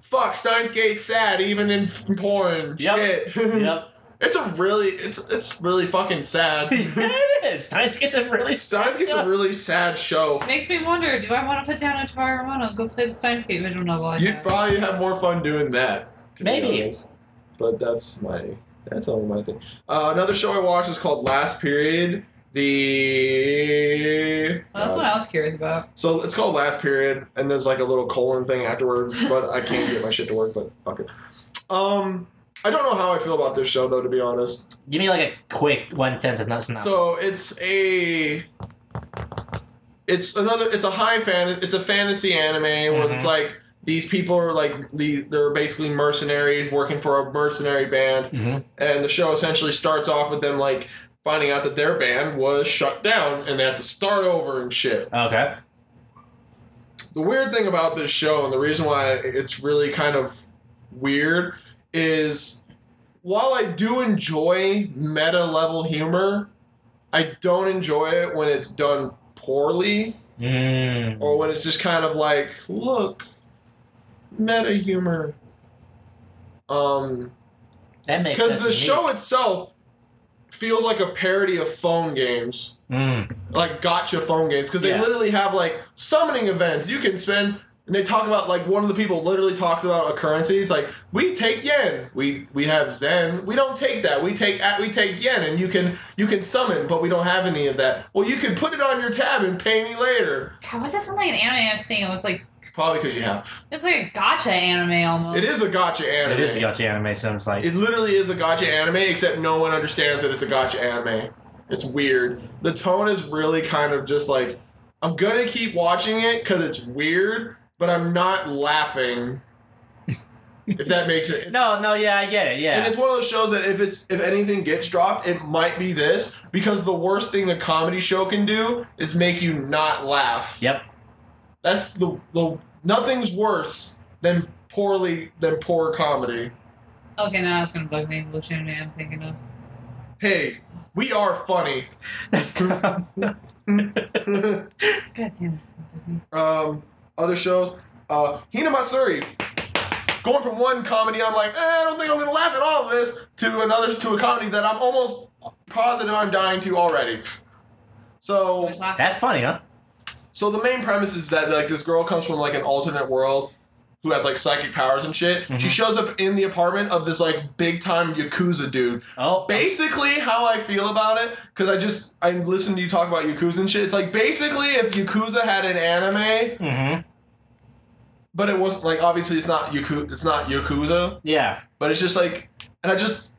"Fuck, Steins Gate sad even in f- porn." Yep. Shit. Yep. It's a really it's it's really fucking sad. yeah, it is. Science gets a really. Steins Gate's Yeah. a really sad show. Makes me wonder, do I want to put down a Atari Romano and go play the Steins Gate visual novel? I You'd have? probably have more fun doing that. to be Maybe. honest. But that's my that's all my thing. Uh, another show I watched is called Last Period. The uh, Well, that's what I was curious about. So it's called last period, and there's like a little colon thing afterwards, but I can't get my shit to work, but fuck it. Um I don't know how I feel about this show though, to be honest. Give me like a quick one tenth of nuts. So it's a it's another it's a high fan it's a fantasy anime where it's Mhm. like these people are like these they're basically mercenaries working for a mercenary band hmm and the show essentially starts off with them like finding out that their band was shut down and they have to start over and shit. Okay. the weird thing about this show and the reason why it's really kind of weird is while I do enjoy meta level humor, I don't enjoy it when it's done poorly Mm. or when it's just kind of like, look, meta humor. Um, that makes because the sense to me. show itself feels like a parody of phone games Mm. like gotcha phone games because they Yeah. literally have like summoning events you can spend and they talk about like one of the people literally talks about a currency it's like we take yen we we have zen we don't take that we take we take yen and you can you can summon but we don't have any of that well you can put it on your tab and pay me later God, was that something an anime I've seen? It was like probably because you have it's like a gotcha anime almost. it is a gotcha anime It is a gotcha anime, so it's like. It literally is a gotcha anime, except no one understands that it's a gotcha anime. It's weird. The tone is really kind of just like, I'm gonna keep watching it because it's weird, but I'm not laughing. if that makes it. no, no, yeah, I get it. Yeah. And it's one of those shows that if it's if anything gets dropped, it might be this because the worst thing a comedy show can do is make you not laugh. yep. That's the the nothing's worse than poorly than poor comedy. Okay, now it's gonna bug me. Lucian Man, I'm thinking of. Hey, we are funny. God damn it. um, other shows. Uh, Hina Matsuri. Going from one comedy, I'm like, eh, I don't think I'm gonna laugh at all of this, to another, to a comedy that I'm almost positive I'm dying to already. So, That's funny, huh? so the main premise is that like this girl comes from like an alternate world who has like psychic powers and shit. She Mhm. shows up in the apartment of this like big time yakuza dude Oh, basically how I feel about it, because I just I listened to you talk about Yakuza and shit. It's like basically if Yakuza had an anime, hmm but it wasn't like obviously it's not Yakuza, it's not Yakuza, yeah. but it's just like, and I just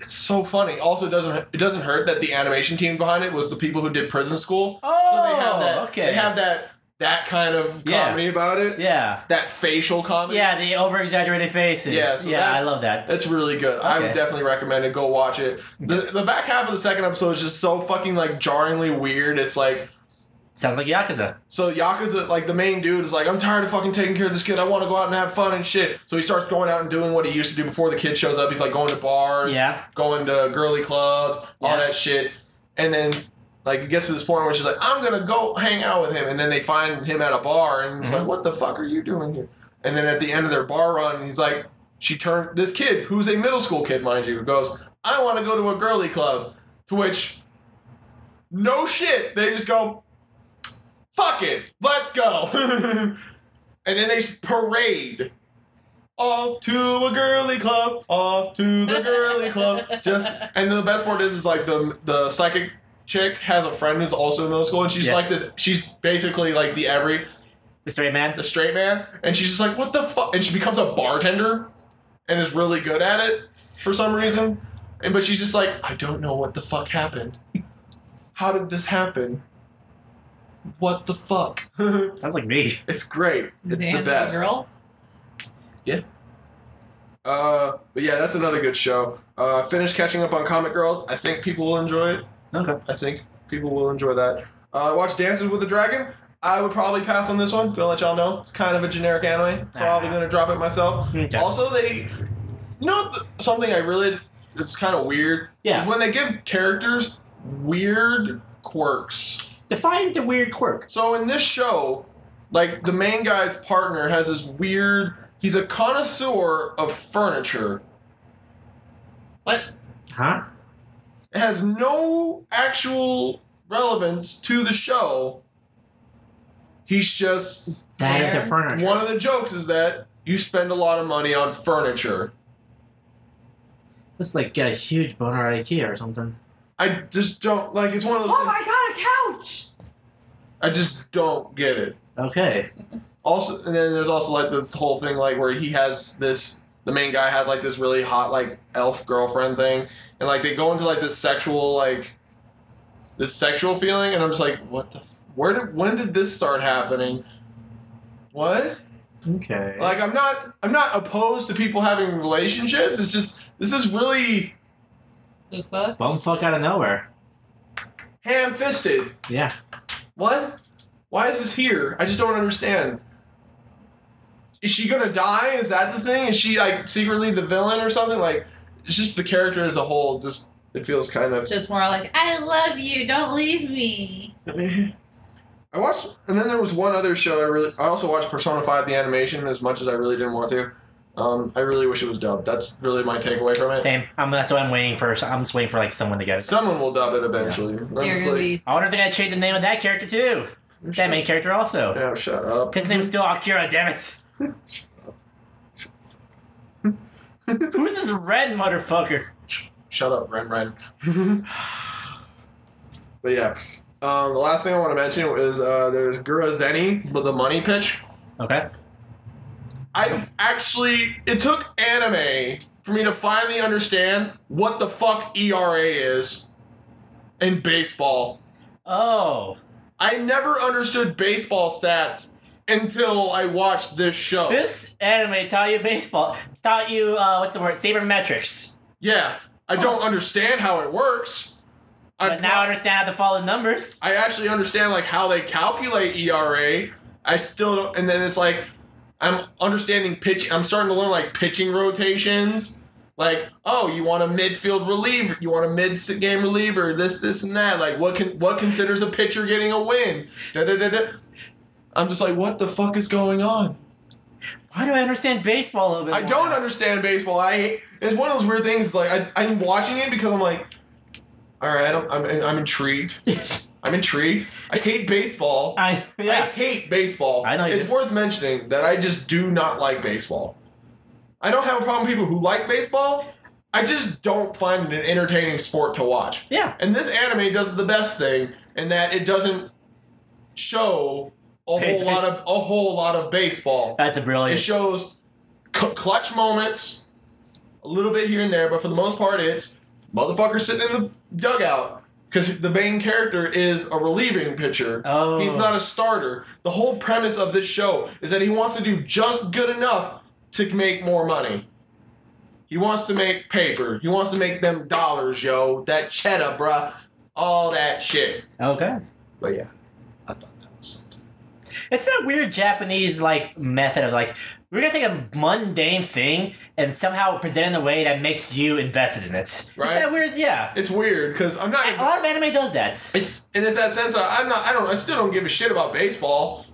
it's so funny. Also, it doesn't it doesn't hurt that the animation team behind it was the people who did Prison School, so they have that Oh, okay. they have that that kind of Yeah. comedy about it, yeah, that facial comedy. yeah, the over-exaggerated faces. Yeah, so yeah, that's- I love that. It's really good. I would Okay. definitely recommend it. Go watch it. The, the back half of the second episode is just so fucking like jarringly weird. It's like Sounds like Yakuza. so Yakuza like the main dude is like, I'm tired of fucking taking care of this kid. I want to go out and have fun and shit. So he starts going out and doing what he used to do before the kid shows up. He's like going to bars, Yeah, going to girly clubs, all Yeah. that shit. And then like it gets to this point where she's like, I'm gonna go hang out with him. And then they find him at a bar and he's Mhm. like, What the fuck are you doing here? And then at the end of their bar run, he's like, She turned this kid, who's a middle school kid, mind you, goes, I wanna go to a girly club. To which no shit, they just go, Fuck it, let's go. and then they s- parade. Off to a girly club, off to the girly club. Just and the best part is, is like the the psychic chick has a friend who's also in middle school, and she's Yeah. like this. She's basically like the every the straight man. the straight man, and she's just like, what the fuck? And she becomes a bartender, and is really good at it for some reason. And but she's just like, I don't know what the fuck happened. How did this happen? What the fuck? Sounds like me. it's great. It's the best. Girl? Uh, but yeah, that's another good show. Uh, finished catching up on Comic Girls. I think people will enjoy it. Okay. I think people will enjoy that. Uh, watch Dances with the Dragon. I would probably pass on this one. Gonna let y'all know. It's kind of a generic anime. Probably Ah. gonna drop it myself. Okay. Also, they, you know, th- something I really, it's kind of weird. Yeah. Is when they give characters weird quirks. Define the weird quirk. So in this show, like the main guy's partner has this weird. He's a connoisseur of furniture. What? Huh? It has no actual relevance to the show. He's just That Fair. into furniture. one of the jokes is that you spend a lot of money on furniture. It's like a huge boner at IKEA or something. I just don't like it's one of those Oh things my god, a couch! I just don't get it. Okay. Also and then there's also like this whole thing like where he has this the main guy has like this really hot like elf girlfriend thing and like they go into like this sexual like this sexual feeling and I'm just like what the f- where did when did this start happening? What? Okay. Like I'm not I'm not opposed to people having relationships. It's just this is really The fuck? Bumfuck out of nowhere. ham fisted. Yeah. What? Why is this here? I just don't understand. Is she gonna die? Is that the thing? Is she like secretly the villain or something? Like it's just the character as a whole just it feels kind of Just more like, I love you, don't leave me. I watched, and then there was one other show I really. I also watched Persona Five the animation as much as I really didn't want to. Um, I really wish it was dubbed. That's really my takeaway from it. Same. Um, that's what I'm waiting for. So I'm just waiting for like someone to get it. Someone will dub it eventually. So I'm you're just gonna like, be. I wonder if they gotta change the name of that character too. That main character also. Yeah, shut up. His name's still Akira, damn it. Who's this red motherfucker? Shut up, Ren Ren. but yeah. Um, the last thing I want to mention is uh, there's Gura Zeni with the money pitch. Okay. I actually, it took anime for me to finally understand what the fuck ERA is in baseball. Oh. I never understood baseball stats until I watched this show. This anime taught you baseball. Taught you, uh, what's the word? Sabermetrics. yeah, I don't understand how it works. I But now I understand how to follow numbers. E I actually understand like how they calculate ERA. I still don't, and then it's like I'm understanding pitch. I'm starting to learn like pitching rotations. Like, oh, you want a midfield reliever, you want a mid-game reliever, this, this, and that. Like, what can what considers a pitcher getting a win? Da da da da. I'm just like, what the fuck is going on? Why do I understand baseball a little bit? I more don't now? understand baseball. I it's one of those weird things. Like, I, I'm watching it because I'm like, all right, I'm I'm, I'm intrigued. I'm intrigued. I hate baseball. I I yeah. hate baseball. I know you It's do. worth mentioning that I just do not like baseball. I don't have a problem with people who like baseball. I just don't find it an entertaining sport to watch. Yeah. And this anime does the best thing in that it doesn't show a Hey, whole lot of a whole lot of baseball. That's a It brilliant. shows cl- clutch moments, a little bit here and there, but for the most part, it's motherfucker sitting in the dugout because the main character is a relieving pitcher. Oh. He's not a starter. The whole premise of this show is that he wants to do just good enough to make more money. He wants to make paper. He wants to make them dollars, yo. That cheddar, bruh. All that shit. Okay. But yeah, I thought that was something. It's that weird Japanese like method of like we're gonna take a mundane thing and somehow present it in a way that makes you invested in it. Right. It's that weird. Yeah. It's weird because I'm not. A lot of anime does that. It's and it's that sense of I'm not I don't I still don't give a shit about baseball.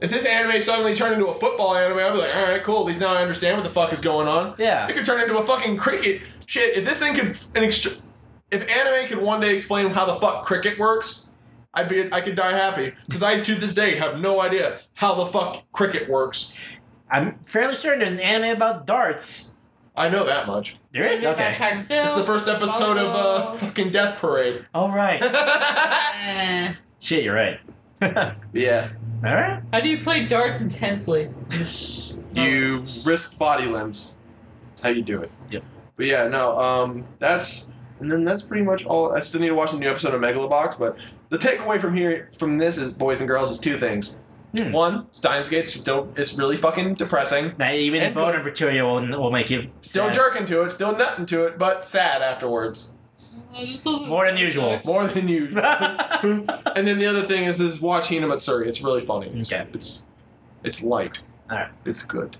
If this anime suddenly turned into a football anime, I'd be like, all right, cool. At least now I understand what the fuck is going on. Yeah. It could turn into a fucking cricket shit. If this thing could an extra, if anime could one day explain how the fuck cricket works, I'd be I could die happy because I to this day have no idea how the fuck cricket works. I'm fairly certain there's an anime about darts. I know that much. There is About okay. track and field. It's the first episode of uh, volleyball. fucking Death Parade. All right. Eh. Shit, you're right. All yeah. right. How do you play darts intensely? You risk body limbs. That's how you do it. Yep. But yeah, no, um, that's and then that's pretty much all. I still need to watch a new episode of Megalobox, but the takeaway from here from this is boys and girls is two things. Hmm. One, Steins Gate's dope. It's really fucking depressing. Now, even And a boner material will, will make you Still sad. jerking to it, still nutting to it, but sad afterwards, More than usual. more than you. okay. and then the other thing is is watch Hina Matsuri. It's really funny. It's, Okay. it's it's light. Alright. It's good.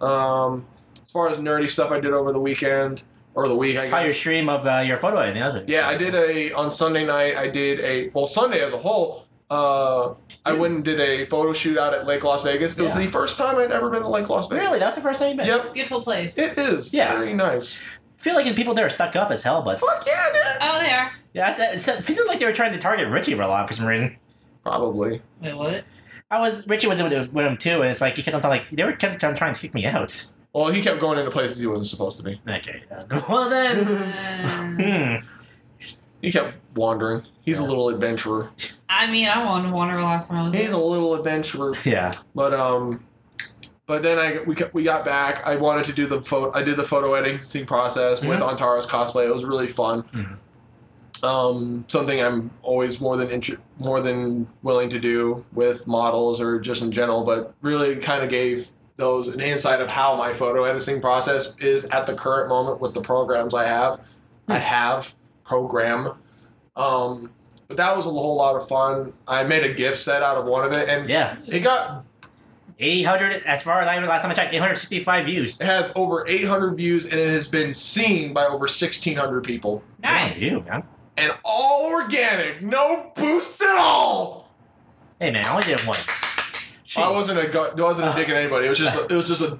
Um, as far as nerdy stuff I did over the weekend or the week, I Try your guess. stream of uh, your photo editing. That's what Yeah, I did a on Sunday night. I did a well Sunday as a whole. Uh, I went and did a photo shoot out at Lake Las Vegas. It was Yeah. the first time I'd ever been to Lake Las Vegas. Really, that's the first time you've been. Yep. Beautiful place. It is. Yeah. Very nice. feel like the people there are stuck up as hell, but Fuck yeah, dude. Oh, they are. yeah, it's, it's, it feels like they were trying to target Richie for a lot for some reason. Probably. Wait, what? I was Richie was with him, with him too, and it's like he kept on telling- like they were kept on trying to kick me out. Well, he kept going into places he wasn't supposed to be. Okay, uh, well then, Uh, hmm, He kept wandering. He's a little adventurer. I mean, I wanted to wander last time I was He's there. a little adventurer. yeah, But um, but then I we got- we got back. I wanted to do the photo. I did the photo editing process with Antara's cosplay. It was really fun. Um, something I'm always more than inter- more than willing to do with models or just in general. But really, kind of gave those an insight of how my photo editing process is at the current moment with the programs I have. I have program. Um, but that was a whole lot of fun. I made a gift set out of one of it, and yeah, it got eight hundred as far as I remember last time I checked, eight hundred sixty-five views. It has over 800 views and it has been seen by over 1,600 people. Nice. Damn you, man. And all organic, no boost at all. Hey man, I only did it once. I Jeez. wasn't a gu- I wasn't a dick at anybody. It was just a, it was just a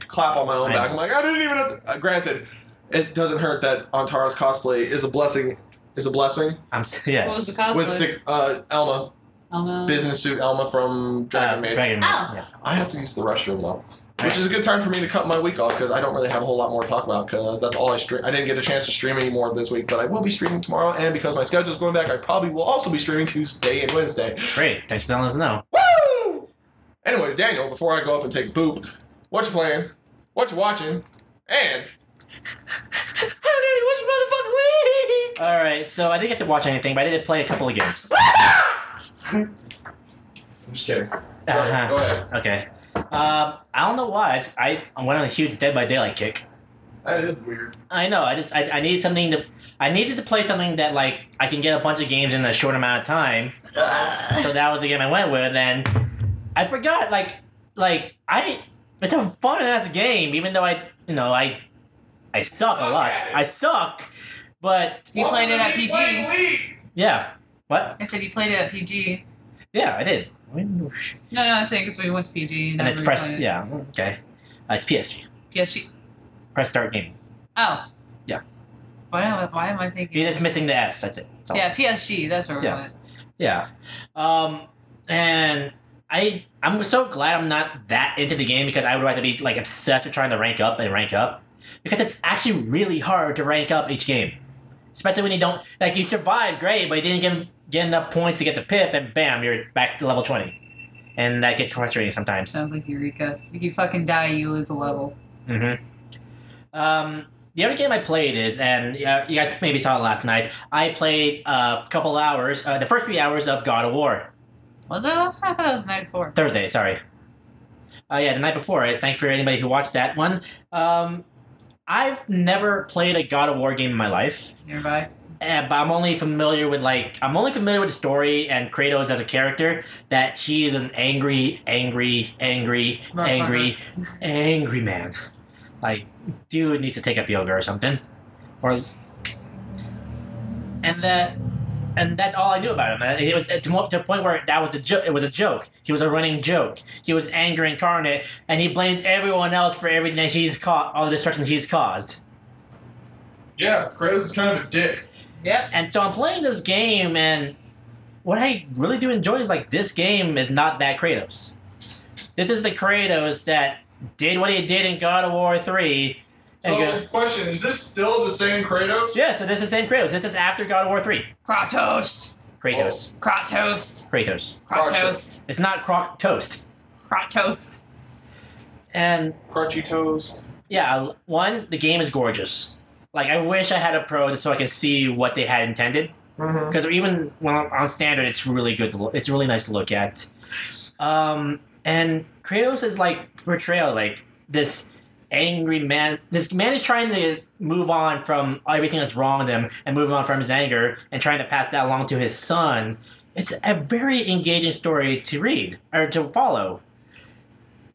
clap on my own I back. know. I'm like I didn't even. Have to, uh, granted, it doesn't hurt that Antara's cosplay is a blessing. Is a blessing I'm s- What was the yes. cosplay? with six, uh, Elma Elmo. business suit Elma from Dragon Uh, Maid. Dragon Maid. Oh. yeah. I have to use the restroom though, which is a good time for me to cut my week off because I don't really have a whole lot more to talk about because that's all I stream. I didn't get a chance to stream anymore this week, but I will be streaming tomorrow, and because my schedule's going back, I probably will also be streaming Tuesday and Wednesday. Great, thanks for letting us know. Woo! Anyways, Daniel, before I go up and take a poop, what you playing? What you watching? And how did you watch motherfucking week? All right, so I didn't get to watch anything, but I did play a couple of games. I'm just kidding. Go Uh-huh. ahead. Go ahead. Okay. Um, I don't know why. It's, I I went on a huge Dead by Daylight kick. That is weird. I know. I just I, I needed something to I needed to play something that like I can get a bunch of games in a short amount of time. so that was the game I went with, and I forgot like like I it's a fun ass game, even though I you know I I suck a lot. I suck, but You played it at PG. I yeah. What? said you played it at PG. Yeah, I did. No, no, I'm saying because we went to PG. And it's press. Yeah. Okay. Uh, it's PSG. PSG. Press start game. Oh. Yeah. Why am I, why am I thinking? You're just missing the S. That's it. That's all. yeah, PSG. That's where we Oh, Yeah. went. Yeah. Um, and I I'm so glad I'm not that into the game because otherwise I'd be like obsessed with trying to rank up and rank up because it's actually really hard to rank up each game, especially when you don't like you survived great but you didn't get get enough points to get the pip and bam you're back to level twenty, and that gets frustrating sometimes. Sounds like Eureka. If you fucking die, you lose a level. Mm-hmm. Um, the other game I played is, and uh, you guys maybe saw it last night. I played uh, a couple hours, uh, the first few hours of God of War Was that last time? I thought it was the night before. Thursday. Sorry. Uh, yeah, the night before. Uh, Thank for anybody who watched that one. Um, I've never played a God of War game in my life. Nearby. Uh, but I'm only familiar with like I'm only familiar with the story and Kratos as a character that he is an angry, angry, angry, Motherfucker. angry, angry man. Like, dude needs to take up yoga or something, or and that and that's all I knew about him. And It was to mo- to the point where that was the joke. It was a joke. He was a running joke. He was anger incarnate, and he blames everyone else for everything that he's caused, all the destruction he's caused. Yeah, Kratos is kind of a dick. Yep. And so I'm playing this game, and what I really do enjoy is like this game is not that Kratos. This is the Kratos that did what he did in God of War three. And So, go, question: Is this still the same Kratos? yeah, so this is the same Kratos. This is after God of War three. Crop toast. Kratos, Crop toast. Kratos. Crop Crotch- toast. It's not crock toast. Crop toast. And Crunchy toes. yeah, I- one the game is gorgeous. Like I wish I had a pro so I could see what they had intended. Mm-hmm. because even when on on standard, it's really good. To look, it's really nice to look at. Um, and Kratos is like portrayal like this angry man. This man is trying to move on from everything that's wrong with him and move on from his anger and trying to pass that along to his son. It's a very engaging story to read or to follow.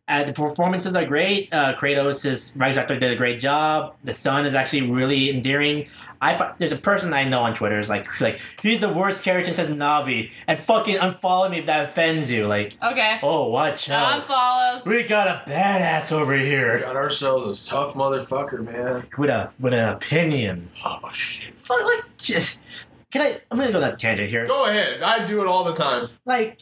Uh, the performances are great. Uh, Kratos is Ragnarok did a great job. The son is actually really endearing. I fi- there's a person I know on Twitter is like like he's the worst character since Navi and fucking unfollow me if that offends you. Like Okay. oh watch John out, follows. we got a badass over here Got ourselves a tough motherfucker, man. with a with an opinion. Oh shit. Like, like just, can I? I'm gonna go on a tangent here. Go ahead. I do it all the time. Like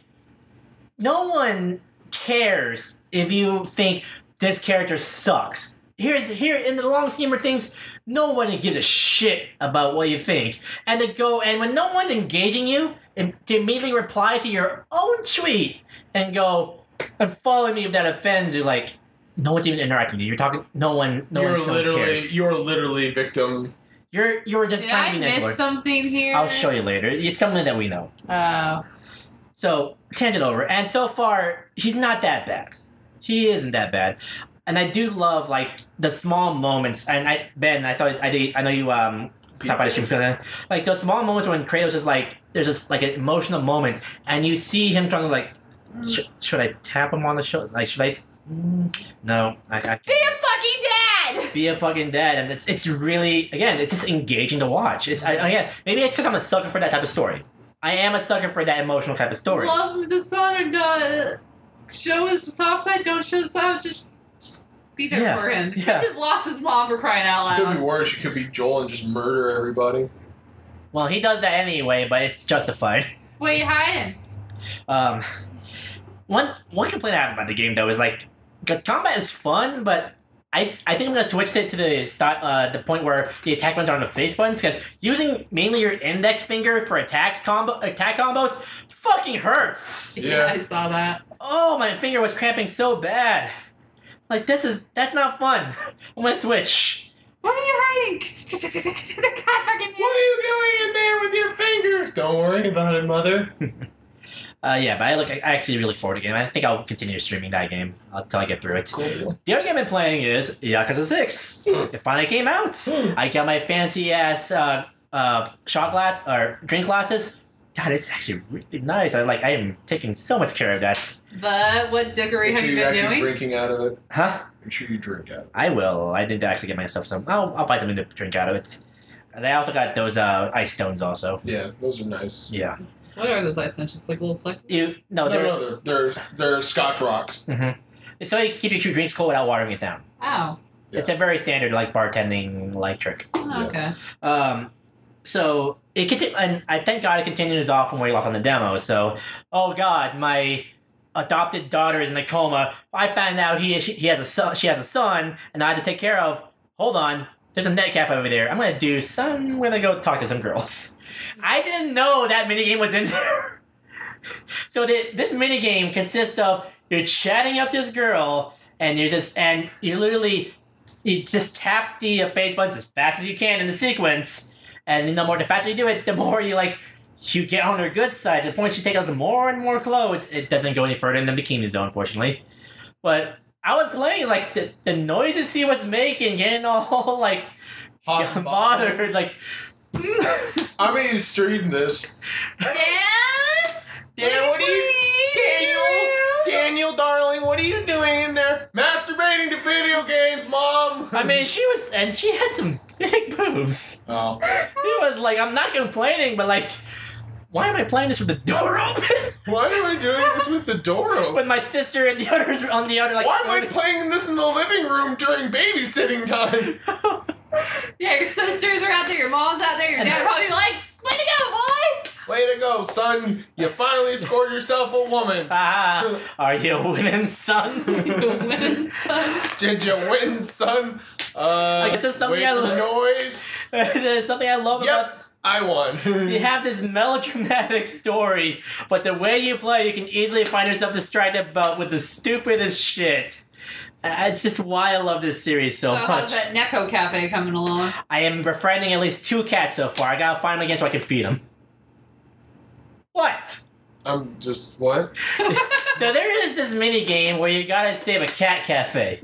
no one cares if you think this character sucks. Here's here in the long scheme of things, no one gives a shit about what you think. And to go and when no one's engaging you, and to immediately reply to your own tweet and go and follow me if that offends you. Like no one's even interacting with you. You're talking. No one. No you're one. no one literally, cares. you're literally victim. You're you're just Did trying to I be an miss explorer. something here? I'll show you later. It's something that we know. Oh. So tangent over. And so far, he's not that bad. He isn't that bad. And I do love like the small moments. And I Ben, I saw I did, I know you um stopped by the stream for that. Like those small moments when Kratos is like there's this like an emotional moment, and you see him trying to like sh- should I tap him on the shoulder? Like should I? Mm, No, I, I can't Be a fucking dad! be a fucking dad, and it's it's really again, it's just engaging to watch. It's I, again, maybe it's because I'm a sucker for that type of story. I am a sucker for that emotional type of story. Love the son or don't. Show his soft side, don't show his side. Just, just be there Yeah, for him. He yeah. just lost his mom for crying out Could be loud. worse. You could be Joel and just murder everybody. Well, he does that anyway, but it's justified. What are you hiding? Um, one one complaint I have about the game though is like the combat is fun, but I, I think I'm gonna switch it to the style, uh, the point where the attack buttons are on the face buttons because using mainly your index finger for attacks combo attack combos fucking hurts. Yeah. I saw that. Oh, my finger was cramping so bad. Like this is that's not fun. I'm gonna switch. What are you hiding? God fucking What are you doing in there with your fingers? Don't worry about it, mother. Uh, yeah, but I look. I actually really look forward to the game. I think I'll continue streaming that game until I get through it. Cool. The other game I'm playing is Yakuza Six. it finally came out. I got my fancy ass uh, uh, shot glass or drink glasses. God, it's actually really nice. I like. I am taking so much care of that. But what dickery Make have sure you you're been actually doing? drinking out of it. Huh? Make sure you drink out of it. I will. I need to actually get myself some. I'll, I'll find something to drink out of it. And I also got those uh, ice stones. Also. Yeah, those are nice. Yeah. What are those ice stones? Just like little fleck. You no. Oh, No, they're no, they're, they're, they're Scotch rocks. It's so you can keep your two drinks cold without watering it down. Ow. Yeah. It's a very standard like bartending like trick. Oh, okay. Um, so it conti- and I thank God it continues off from where you left on the demo. So, oh God, my adopted daughter is in a coma. I found out he he has a son, she has a son, and I had to take care of. Hold on, there's a net cafe over there. I'm gonna do some. I'm gonna go talk to some girls. I didn't know that minigame was in there. so that this minigame consists of you're chatting up this girl, and you're just and you're literally you just tap the uh, face buttons as fast as you can in the sequence, and then the more the faster you do it, the more you like you get on her good side. The point she takes out more and more clothes. It doesn't go any further than bikinis though, unfortunately. But I was playing like the, the noises she was making, getting all like Hot and bothered. bothered, like I mean, stream this. Dan? Yeah, what are you, Daniel? Daniel, darling, what are you doing in there? Masturbating to video games, mom. I mean she was and she has some big boobs. Oh, It was like I'm not complaining, but like why am I playing this with the door open? why am I doing this with the door open? with my sister and the others were on the other like Why am I playing this in the living room during babysitting time? Yeah, your sisters are out there, your mom's out there, your dad probably like, way to go, boy! Way to go, son. You finally scored yourself a woman. Ah, are you winning, son? Women's son. Did you win, son? Uh, Like, it's just something wait I for the lo- noise. There's something I love Yep, I won. about you have this melodramatic story, but the way you play, you can easily find yourself distracted about with the stupidest shit. Uh, It's just why I love this series so, So, much. how's that Necco Cafe coming along? I am befriending at least two cats so far. I gotta find them again so I can feed them. What? I'm just what? So there is this mini game where you gotta save a cat cafe,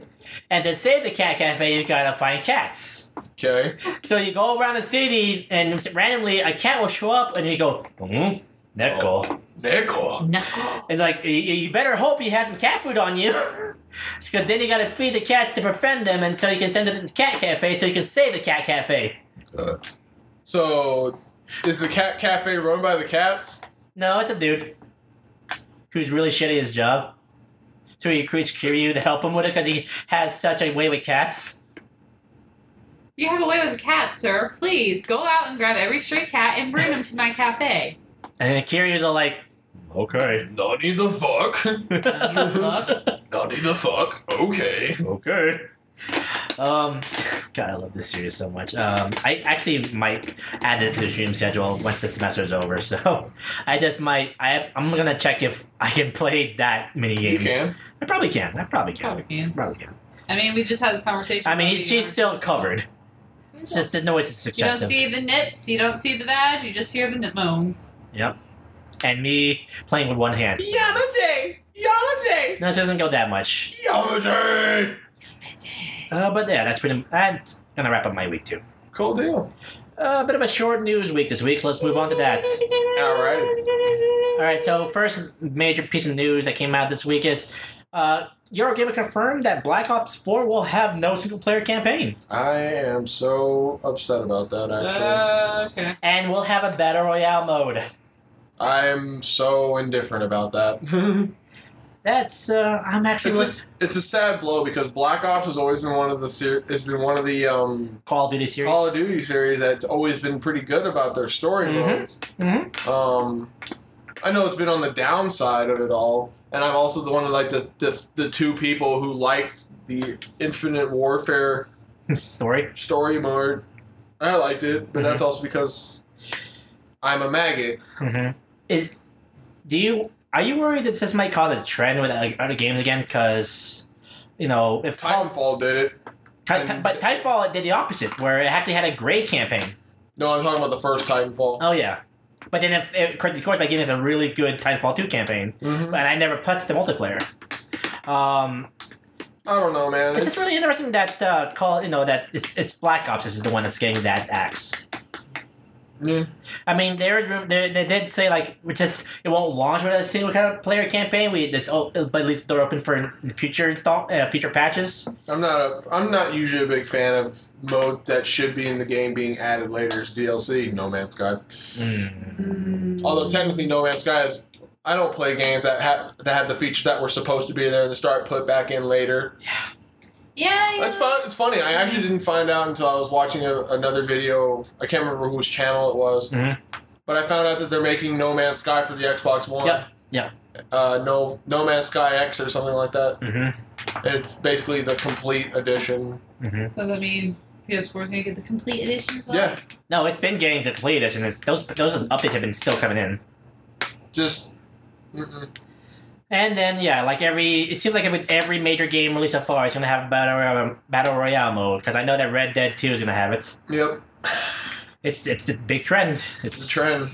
and to save the cat cafe, you gotta find cats. Okay. So you go around the city, and randomly a cat will show up, and you go, hmm, Neko. Nickel. Oh, Necco. And like, y- y- you better hope you have some cat food on you. Because then you gotta feed the cats to befriend them until you can send them to the cat cafe so you can save the cat cafe. So, is the cat cafe run by the cats? No, it's a dude who's really shitty at his job. So he recruits Kiryu to help him with it because he has such a way with cats. You have a way with cats, sir. Please go out and grab every stray cat and bring them to my cafe. And then Kiryu's all like, okay. Naughty the fuck. Oh, Look. Naughty the fuck. Okay. Okay. Um, God, I love this series so much. Um, I actually might add it to the stream schedule once the semester's over. So I just might. I I'm gonna check if I can play that mini game. You can. I probably can. I probably can. Probably can. Probably can. I mean, we just had this conversation. I mean, about he's, the- uh, she's still covered. It's just the noise is You don't suggestive. see the nits, you don't see the vag, you just hear the nit moans. Yep. And me playing with one hand. Yamate! Yamate! No, it doesn't go that much. Yamate! Uh, but yeah, that's pretty. That's gonna wrap up my week too. Cool deal. Uh, a bit of a short news week this week, so let's move on to that. Alright. All right, so first major piece of news that came out this week is uh, Eurogamer confirmed that Black Ops 4 will have no single player campaign I am so upset about that, actually. Uh, okay. and will have a battle royale mode. I'm so indifferent about that. That's uh, I'm actually it's, with a, it's a sad blow because Black Ops has always been one of the ser- has been one of the um, Call of Duty series. Call of Duty series that's always been pretty good about their story Mhm. modes. Mhm. Um, I know it's been on the downside of it all, and I'm also the one of like the the, the two people who liked the Infinite Warfare Story. story mode. I liked it, but that's also because I'm a maggot. Mm-hmm. Is do you are you worried that this might cause a trend with like, other games again? Because you know if Call, Titanfall did it. Ti- Ti- but Titanfall did the opposite, where it actually had a great campaign. No, I'm talking about the first Titanfall. Oh yeah. But then, if it, of course, by giving us a really good Titanfall 2 campaign, Mhm. and I never touched the multiplayer. Um, I don't know, man. It's just really interesting that uh, call you know that it's it's Black Ops. This is the one that's getting that axe. Yeah. I mean, there is room. There, they did say like we just it won't launch with a single kind of player campaign. We that's oh, but at least they're open for future install uh, future patches. I'm not a I'm not usually a big fan of mode that should be in the game being added later as DLC. No Man's Sky. Mm. Although technically No Man's Sky is I don't play games that have that have the features that were supposed to be there to start put back in later. Yeah, yeah. It's fun. It's funny. I actually didn't find out until I was watching a, another video. of- I can't remember whose channel it was, Mhm. but I found out that they're making No Man's Sky for the Xbox One. Yep. Yep. Uh, no No Man's Sky X or something like that. Mm-hmm. It's basically the complete edition. Mm-hmm. So that means PS4 is gonna get the complete edition as well. Yeah, No, it's been getting the complete edition. It's, those those updates have been still coming in. just. Mm-mm. And then yeah, like every it seems like with every major game released so far, it's gonna have battle royale, battle royale mode because I know that Red Dead Two is gonna have it. Yep, It's it's a big trend. it's It's a trend.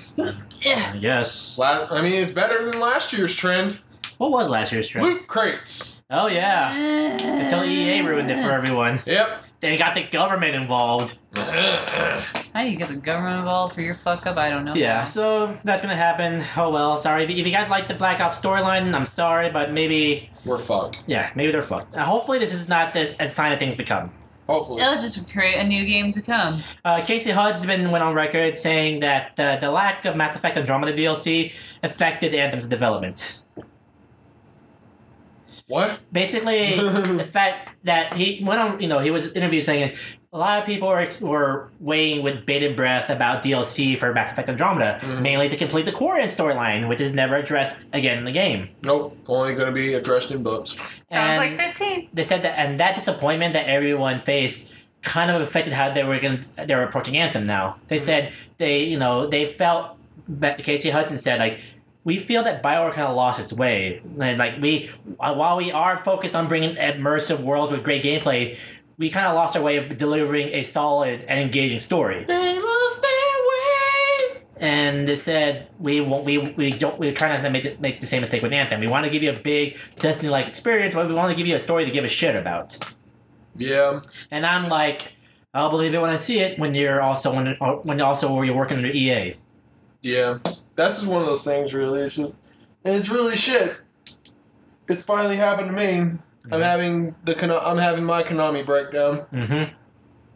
Yes. La- I mean, it's better than last year's trend. What was last year's trend? Loot crates. Oh yeah. Until E EA ruined it for everyone. Yep. They got the government involved. How do you get the government involved for your fuck up? I don't know. Uh-huh. Yeah, so that's gonna happen. Oh well, sorry. If if you guys like the Black Ops storyline, I'm sorry, but maybe, We're fucked. yeah, maybe they're fucked. Uh, hopefully, this is not the, a sign of things to come. Hopefully. It'll just create a new game to come. Uh, Casey Hud's been went on record saying that uh, the lack of Mass Effect Andromeda DLC affected Anthem's development. What? Basically, the fact that he went on, you know, he was interviewed saying a lot of people were, ex- were weighing with bated breath about DLC for Mass Effect Andromeda, mainly to complete the Quarian storyline, which is never addressed again in the game. Nope. Only going to be addressed in books. Sounds And- like 15. they said that and that disappointment that everyone faced kind of affected how they were going they were approaching anthem now they Mm-hmm. said they you know they felt but casey hudson said like we feel that bioware kind of lost its way and like we uh, while we are focused on bringing immersive worlds with great gameplay we kind of lost our way of delivering a solid and engaging story They lost their way. and they said we won't we, we don't we're trying not to make, the- make the same mistake with anthem we want to give you a big destiny like experience but we want to give you a story to give a shit about Yeah. and I'm like, I'll believe it when I see it. When you're also when when also where you're working under E EA. Yeah. That's just one of those things, really. It's just, and it's really shit. It's finally happened to me. I'm having the Kono- I'm having my Konami breakdown. Mm-hmm.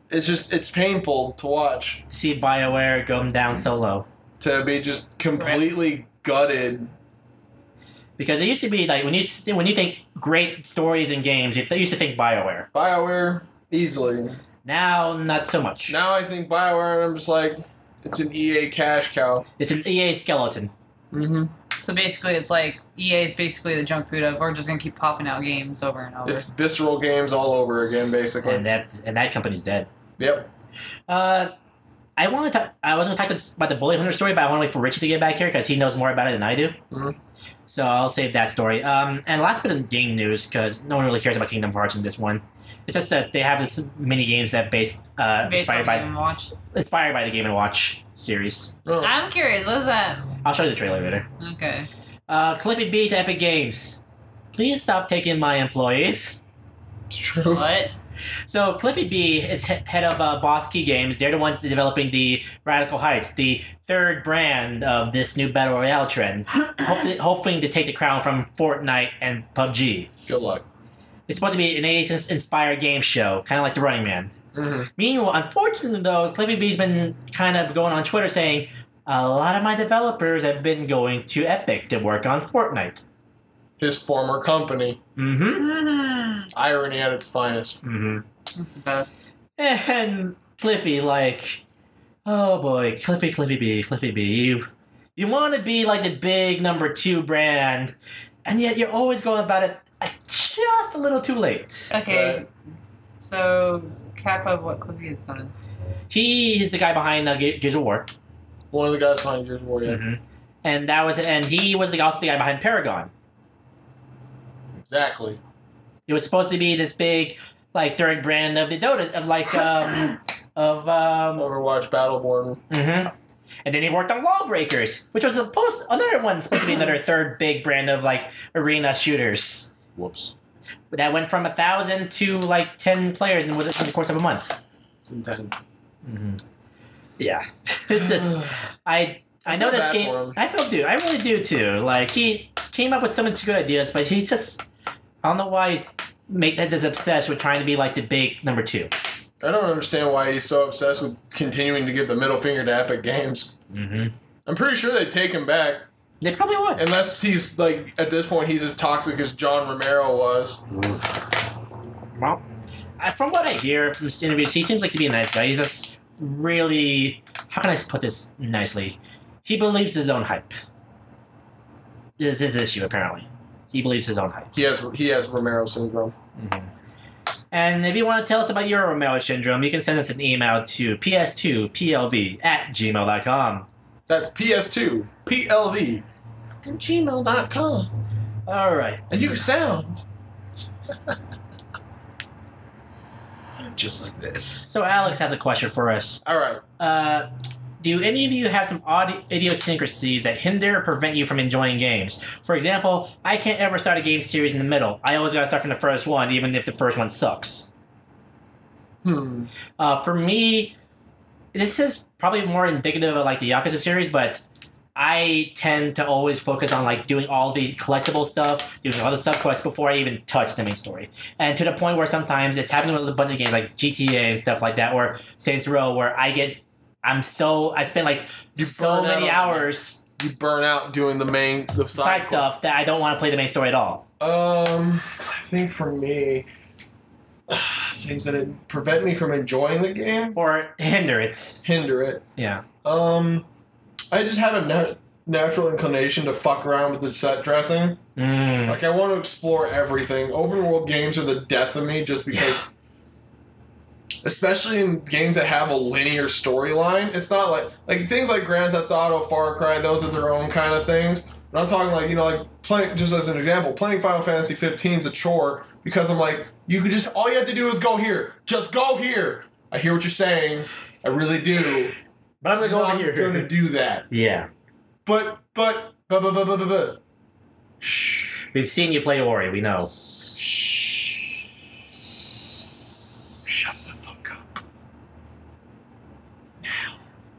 It's just it's painful to watch. See Bioware go down so low to be just completely gutted. because it used to be like when you when you think great stories and games, you th- used to think Bioware. Bioware easily. Now not so much. Now I think Bioware, and I'm just like, it's an EA cash cow. It's an EA skeleton. Mm-hmm. So basically, it's like EA is basically the junk food of we're just gonna keep popping out games over and over. It's visceral games all over again, basically. And that and that company's dead. yep. Uh, I want to talk. I was going to talk to- about the bully hunter story, but I want to wait for Richie to get back here because he knows more about it than I do. Mhm. So I'll save that story. Um, and last bit of game news because no one really cares about Kingdom Hearts in this one. It's just that they have this many games that based uh, based inspired on by Game and Watch. inspired by the Game and Watch series. Oh. I'm curious. What is that? I'll show you the trailer later. Okay. Uh, Cliffy B to Epic Games. Please stop taking my employees. It's true. What? So Cliffy B is he- head of uh, Boss Key Games. They're the ones developing the Radical Heights, the third brand of this new battle royale trend, hoping, hoping to take the crown from Fortnite and PUBG. Good luck. It's supposed to be an Asian inspired game show, kind of like The Running Man. Mhm. Meanwhile, unfortunately though, Cliffy B's been kind of going on Twitter saying a lot of my developers have been going to Epic to work on Fortnite. His former company. Mm-hmm. Mm, Irony at its finest. Mm-hmm. that's the best. And Cliffy, like, oh boy, Cliffy, Cliffy B, Cliffy B, you, you want to be like the big number two brand, and yet you're always going about it uh, just a little too late. Okay. Right. So cap of what Cliffy has done. He is the guy behind uh, Ge- Gears of War, One of the guys behind Gears of War, yeah. Mm-hmm. and that was, and he was the, also the guy behind Paragon. Exactly. It was supposed to be this big, like third brand of the Dota, of like, um, of um, Overwatch Battleborn. hmm And then he worked on Lawbreakers, which was supposed another one supposed to be another third big brand of like arena shooters. Whoops. But that went from a thousand to like ten players in within the course of a month. It's intense. Yeah. it's just I I know feel this bad game. for him. I feel dude. I really do too. Like he came up with so much good ideas, but he's just I don't know why he's make that just obsessed with trying to be like the big number two. I don't understand why he's so obsessed with continuing to give the middle finger to Epic Games. Mm-hmm. I'm pretty sure they'd take him back They probably would. unless he's like at this point he's as toxic as John Romero was. Well, I- from what I hear from his interviews, he seems like to be a nice guy. He's just really how can I put this nicely? He believes his own hype. Is his issue apparently? He believes his own hype. He has he has Romero syndrome. And if you want to tell us about your Romero syndrome, you can send us an email to ps2plv at gmail.com. That's PS2 PLV and gmail.com. All right. And you sound just like this. So Alex has a question for us. All right. Uh, do any of you have some odd idiosyncrasies that hinder or prevent you from enjoying games? For example, I can't ever start a game series in the middle. I always gotta start from the first one, even if the first one sucks. Hmm. Uh, for me, this is probably more indicative of like the Yakuza series, but I tend to always focus on like doing all the collectible stuff, doing all the subquests before I even touch the main story. And to the point where sometimes it's happening with a bunch of games like GTA and stuff like that, or Saints Row, where I get, I'm so, I spend like You so burn out many on- hours You burn out doing the main the side quest. stuff that I don't want to play the main story at all. Um, I think for me, things that it prevent me from enjoying the game Or hinder it. hinder it. Yeah. Um, I just have a nat- natural inclination to fuck around with the set dressing. Mm. Like I want to explore everything. Open world games are the death of me, just because. Especially in games that have a linear storyline, it's not like like things like Grand Theft Auto, Far Cry. Those are their own kind of things. But I'm talking like you know like playing just as an example, playing Final Fantasy 15 is a chore because I'm like you could just all you have to do is go here, just go here. I hear what you're saying, I really do. But I'm gonna go over I'm here. gonna do that, Yeah. but but but but but but but. but. Shh. We've seen you play Ori, we know. Shut the fuck up.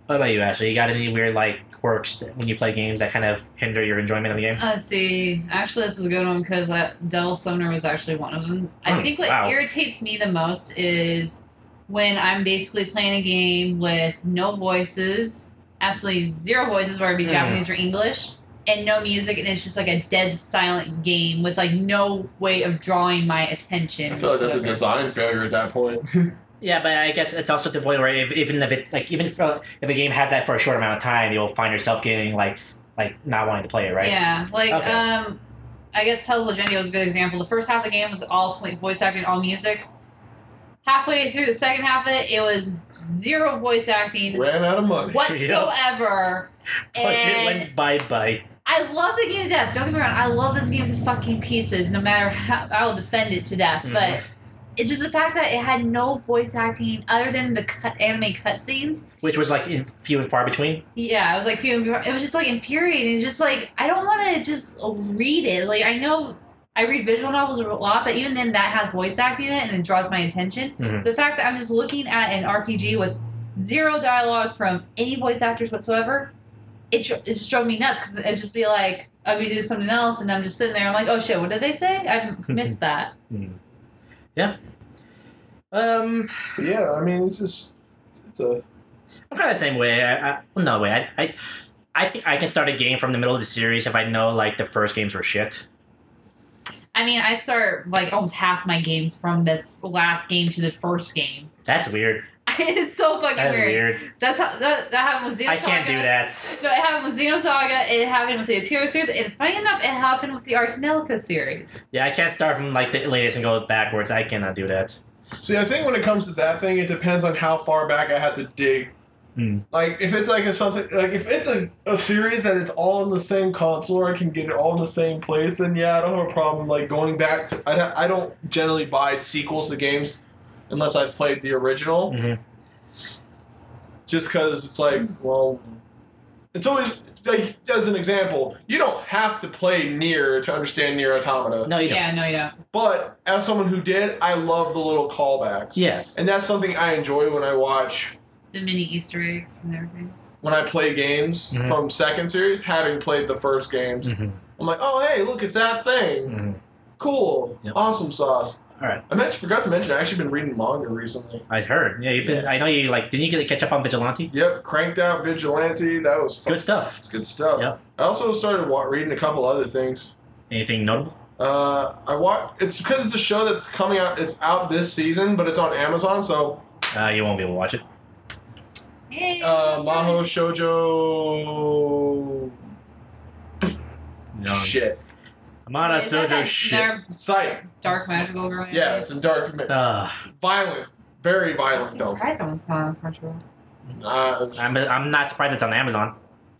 What about you, Ashley? You got any weird like quirks that, when you play games that kind of hinder your enjoyment of the game? Let's see. Actually, this is a good one because Devil Summoner was actually one of them. I Hmm, think what wow. irritates me the most is when I'm basically playing a game with no voices, absolutely zero voices, whether it be Hmm. Japanese or English, and no music, and it's just like a dead silent game with like no way of drawing my attention. I feel like that's a whatsoever. design failure at that point. Yeah, but I guess it's also to the point where if, even if it's like even if, uh, if a game had that for a short amount of time, you'll find yourself getting like s- like not wanting to play it, right? Yeah, like Okay. um, I guess Tales of Legendia was a good example. The first half of the game was all complete voice acting, all music. Halfway through the second half of it, it was zero voice acting Ran out of money. whatsoever. Budget And went bye bye. I love the game to death. Don't get me wrong. I love this game to fucking pieces. No matter how, I'll defend it to death. But Mm-hmm. it's just the fact that it had no voice acting other than the cut, anime cutscenes. Which was like in few and far between. Yeah, I was like, feeling- it was just like infuriating. It's just like I don't want to just read it. Like I know I read visual novels a lot, but even then, that has voice acting in it and it draws my attention. Mhm. The fact that I'm just looking at an RPG with zero dialogue from any voice actors whatsoever, it dr- it just drove me nuts because it'd just be like I'd be doing something else and I'm just sitting there. I'm like, oh shit, what did they say? I missed that. Um, But yeah, I mean, it's just. It's a. I'm kind of the same way. I, I well, no way. I, I I think I can start a game from the middle of the series if I know like the first games were shit. I mean, I start like almost half my games from the last game to the first game. That's weird. it's so fucking That's weird. weird. That's how that, that happened with Xenosaga. I can't do So that. it happened with Xenosaga. It happened with the Atira series. And funny enough, it happened with the Artanelica series. Yeah, I can't start from like the latest and go backwards. I cannot do that. See, I think when it comes to that thing, it depends on how far back I have to dig. Hmm. Like, if it's like a something. Like, if it's a, a series that it's all in the same console or I can get it all in the same place, then yeah, I don't have a problem. Like, going back to. I, don't- I don't generally buy sequels to games unless I've played the original. Mhm. just because it's like, well, it's always like as an example, you don't have to play near to understand near automata. No, you don't. Yeah, no, you don't. But as someone who did, I love the little callbacks, Yes. and that's something I enjoy when I watch. The mini Easter eggs and everything. when I play games Mhm. from second series, having played the first games. Mhm. I'm like, oh hey, look, it's that thing. Mhm. Cool, Yep. awesome sauce. All right, I actually forgot to mention. I have actually been reading manga recently. I heard. Yeah, you've been, I know you like. Didn't you get to catch up on Vigilante? Yep, cranked out vigilante. That was fun. Good stuff. It's good stuff. Yep. I also started wa- reading a couple other things. Anything notable? Uh, I watch. It's because it's a show that's coming out. It's out this season, but it's on Amazon. So Uh, you won't be able to watch it. Hey. uh, Maho Shoujo. No. Shit. Amada Is that Sojo that shit. dark- Sight. Dark magical romance. Yeah, it's a dark, ma- Uh, violent, very I'm violent though. surprised someone's not on Crunchyroll. Uh, I'm, I'm not surprised it's on Amazon.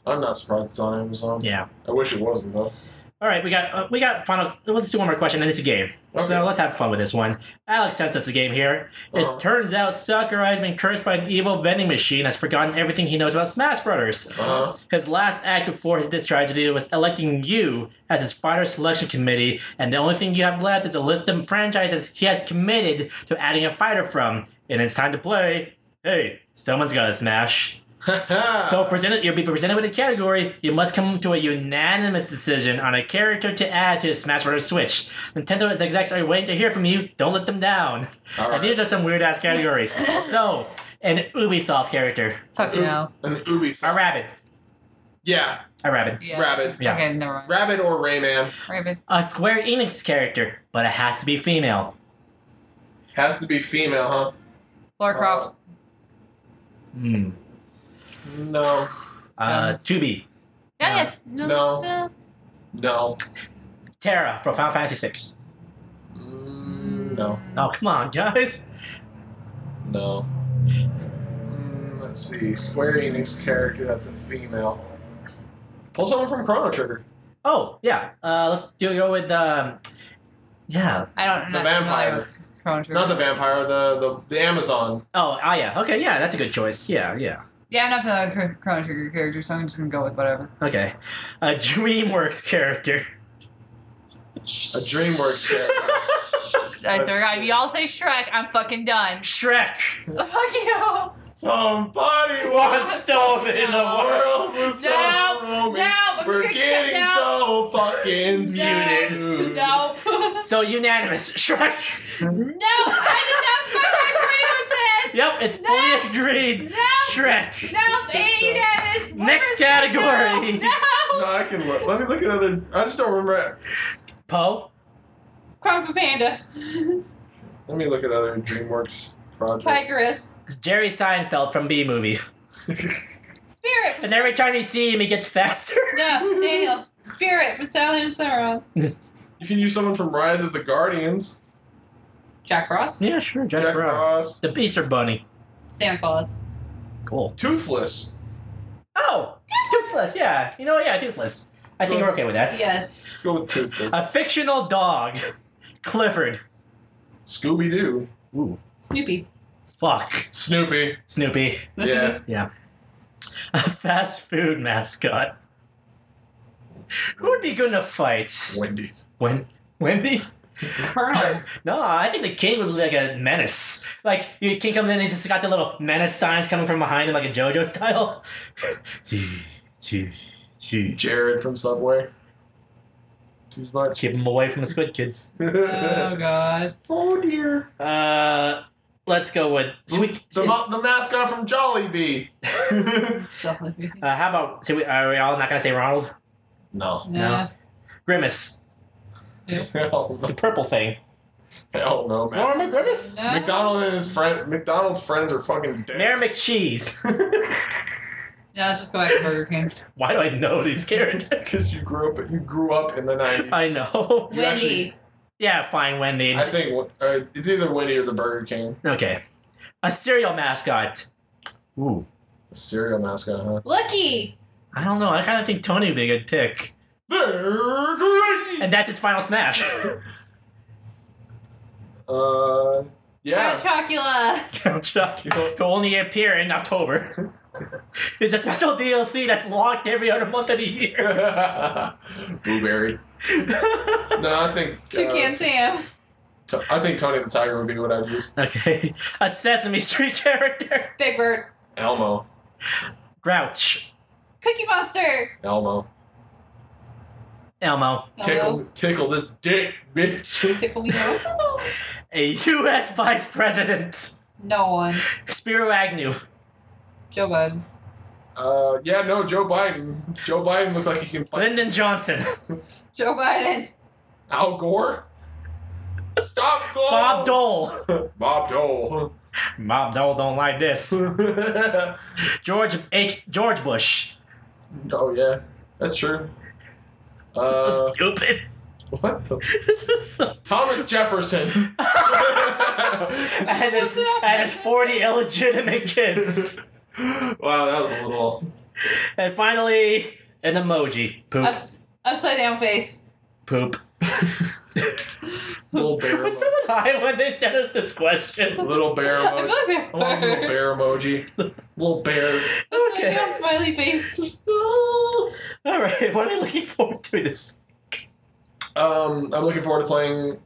I'm not surprised it's on Amazon. Yeah. I wish it wasn't though. All right, we got uh, we got final. Let's do one more question, and it's a game. Okay. So let's have fun with this one. Alex sent us a game here. Uh-huh. It turns out Sakurai has been cursed by an evil vending machine. Has forgotten everything he knows about Smash Brothers. Uh-huh. His last act before his this tragedy was electing you as his fighter selection committee, and the only thing you have left is a list of franchises he has committed to adding a fighter from. And it's time to play. Hey, someone's got to smash. So presented, you'll be presented with a category. You must come to a unanimous decision on a character to add to Smash Bros. Switch. Nintendo is execs are waiting to hear from you. Don't let them down. All And these right. are some weird ass categories. so, an Ubisoft character, Fuck no. An Ubi. a rabbit, Yeah, a rabbit, Yeah. Rabbit. Yeah. Okay, never mind. Rabbit or Rayman Rabbit. a Square Enix character, but it has to be female. has to be female, huh? Uh, Lara Croft. Hmm. No, Uh, Um, 2B, Not no. yet. No. No. no, Terra from Final Fantasy VI. Mm, no, Oh come on, guys. no. Mm, Let's see. Square Enix character that's a female. Pull someone from Chrono Trigger. Oh yeah. Uh, let's do go with um, yeah. I don't. I'm The not too vampire. familiar with Chrono Trigger. Not the vampire. The the, the Amazon. Oh Aya. Okay, yeah, that's a good choice. Yeah, yeah. Yeah, I'm not familiar with Chron- Chrono Trigger characters, so I'm just gonna go with whatever. Okay. A DreamWorks character. A DreamWorks character. I swear to God, if y'all say Shrek, I'm fucking done. Shrek. Fuck you. Somebody One wants stone in the the world. world was so No, roaming. no, I'm We're gonna getting cut so fucking No. muted. Nope. So unanimous, Shrek. No, I did Yep, it's No. fully agreed. No. Shrek. not fucking agree with this. No, ain't Davis. Next category. No. No, no. I can look. Let me look at other. I just don't remember. it. Poe. Kung Fu Panda, Let me look at other DreamWorks projects. Tigress, It's Jerry Seinfeld from B Movie. Spirit. From And every time you see him, he gets faster. no, Daniel, Spirit from Silent and Sauron. You can use someone from Rise of the Guardians. Jack Frost, Yeah, sure. Jack, Jack Frost. Frost. The Easter Bunny. Santa Claus. Cool. Toothless. Oh, Toothless. Yeah. You know what? Yeah, Toothless. I think we're okay with that. Yes. Let's go with Toothless. A fictional dog. Clifford. Scooby Doo. Ooh. Snoopy. Fuck. Snoopy. Snoopy. Yeah. A fast food mascot. Who would be good in a fight? Wendy's. When Wendy's? Colonel. No, I think the king would be like a menace. Like your king comes in, and he's just got the little menace signs coming from behind him, like a JoJo style. Gee, gee, gee. Jared from Subway. Too much. Keep him away from the squid kids. Oh God. oh dear. Uh, let's go with sweet. The, mo- the mascot from Jollibee. Shuffle. uh, how about? So we, are we all not gonna say Ronald? no. Nah. Grimace, Hell no. the purple thing. Hell no, You don't man. remember Grimace? Nah. McDonald and his friend. McDonald's friends are fucking dead. Mayor McCheese. Yeah, let's just go back to Burger King. Why do I know these characters? Because you grew up, you grew up in the nineties. I, I know. You actually- Wendy. Yeah, fine, Wendy. think uh, it's either Winnie or the Burger King. Okay. A cereal mascot. Ooh. A cereal mascot, huh? Lucky. I don't know. I kind of think Tony would be a good pick. They're great. And that's his final smash. Uh, yeah. Chocula. Count Chocula. He'll only appear in October. It's a special DLC that's locked every other month of the year. Blueberry. No, I think. uh, Toucan Sam. T- I think Tony the Tiger would be what I'd use. okay. A Sesame Street character. Big Bird. Elmo. Grouch, Cookie Monster. Elmo. Elmo, Hello. Tickle, tickle this dick, bitch. Tickle me. Elmo. a U.S. Vice President, no one. Spiro Agnew, Joe Biden. Uh, yeah, no, Joe Biden. Joe Biden looks like he can fight. Lyndon Johnson, Joe Biden. Al Gore. Stop Gore. Bob Dole. Bob Dole. Bob Dole don't like this. George H. George Bush. oh yeah, that's true. This is Uh, so stupid. what the? This is so. Thomas Jefferson. And his, and his 40 illegitimate kids. wow, that was a little. And finally, an emoji. Poop. Ups- upside down face. Poop. Little bear. Was Emoji. someone high when they sent us this question? Little bear I feel emoji. like they're- I want a little bear emoji. Little bears. Upside Okay. down smiley face. All right, what are we looking forward to this? Um, I'm looking forward to playing.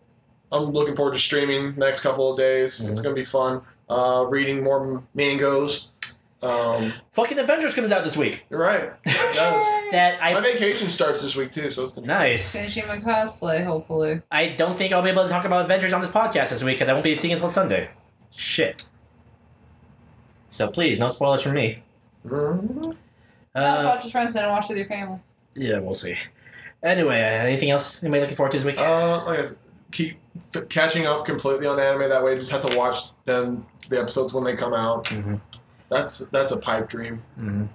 I'm looking forward to streaming the next couple of days. It's gonna be fun. Uh, reading more mangoes. Um, Fucking Avengers comes out this week. you're right. It does. That My I vacation starts this week too, so it's gonna nice. Finishing my cosplay, hopefully. I don't think I'll be able to talk about Avengers on this podcast this week because I won't be seeing it until Sunday. Shit. So please, no spoilers from me. Mhm. Now let's Uh, watch with friends and watch with your family. yeah, we'll see. Anyway, uh, anything else anybody looking forward to this week? Uh, like I said, keep f- catching up completely on anime. That way, you just have to watch them the episodes when they come out. Mhm. That's that's a pipe dream.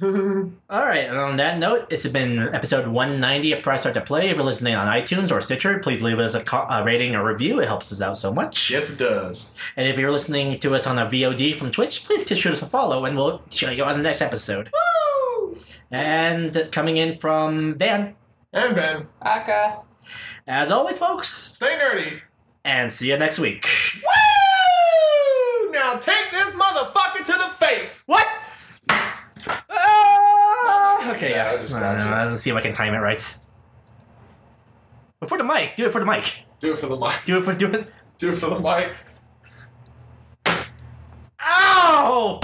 Mm-hmm. All right, and on that note, it's been episode 190 of Press Start to Play. If you're listening on iTunes or Stitcher, please leave us a, co- a rating or review. It helps us out so much. yes, it does. And if you're listening to us on a VOD from Twitch, please just shoot us a follow and we'll show you on the next episode. And coming in from Dan, And Ben, Aka. as always, folks, stay nerdy. and see you next week. Woo! Now take this motherfucker to the face. What? Ah! Okay, Yeah, yeah. I I just don't got know. you. Let's see if I can time it right. But for the mic, do it for the mic. Do it for the mic. Do it for do it. Do it for the mic. Ow!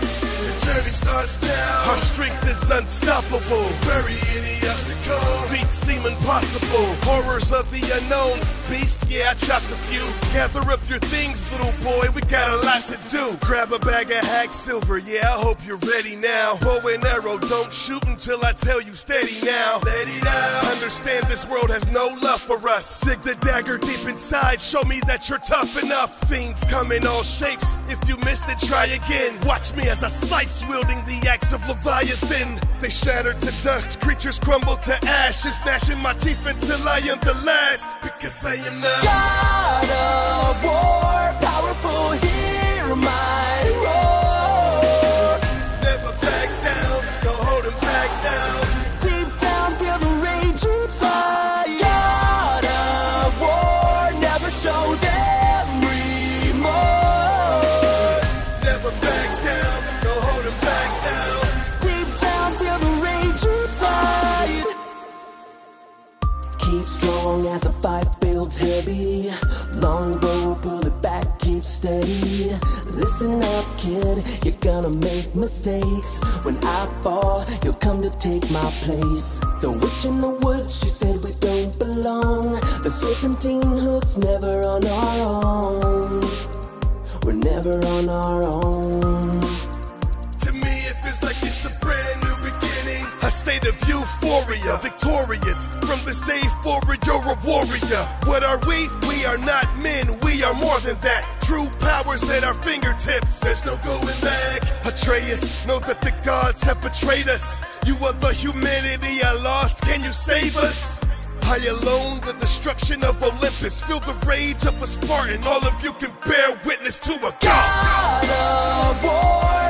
The journey starts now. Our strength is unstoppable. Bury any obstacle. Feats seem impossible. Horrors of the unknown. Beast, yeah, I chopped a few. Gather up your things, little boy. We got a lot to do. Grab a bag of hack silver. Yeah, I hope you're ready now. Bow and arrow, don't shoot until I tell you steady now. Let it out. Understand this world has no love for us. Sig the dagger deep inside. Show me that you're tough enough. Fiends come in all shapes. If you missed it, try again. Watch me as I slice, wielding the axe of Leviathan. They shatter to dust, creatures crumble to ashes, gnashing my teeth until I am the last. Because I am the God of war, powerful, hear my roar. never back down. Don't hold 'em back down. Deep down, feel the rage inside. God of war, never show them remorse. Never back down. Don't hold 'em back down. Deep down, feel the rage inside. Keep strong as the fight builds heavy. Longbow, pull it back, keep steady. Listen up, kid, you're gonna make mistakes. When I fall, you'll come to take my place. The witch in the woods, she said we don't belong. The serpentine hooks never on our own. We're never on our own. To me, it feels like it's a brand new beginning. A state of euphoria, victorious. From this day forward, you're a warrior. What are we? We are not men, we are more than that. True powers at our fingertips. There's no going back. Atreus, know that the gods have betrayed us. You are the humanity I lost. Can you save us? I alone, the destruction of Olympus. Feel the rage of a Spartan. All of you can bear witness to a god. God of war,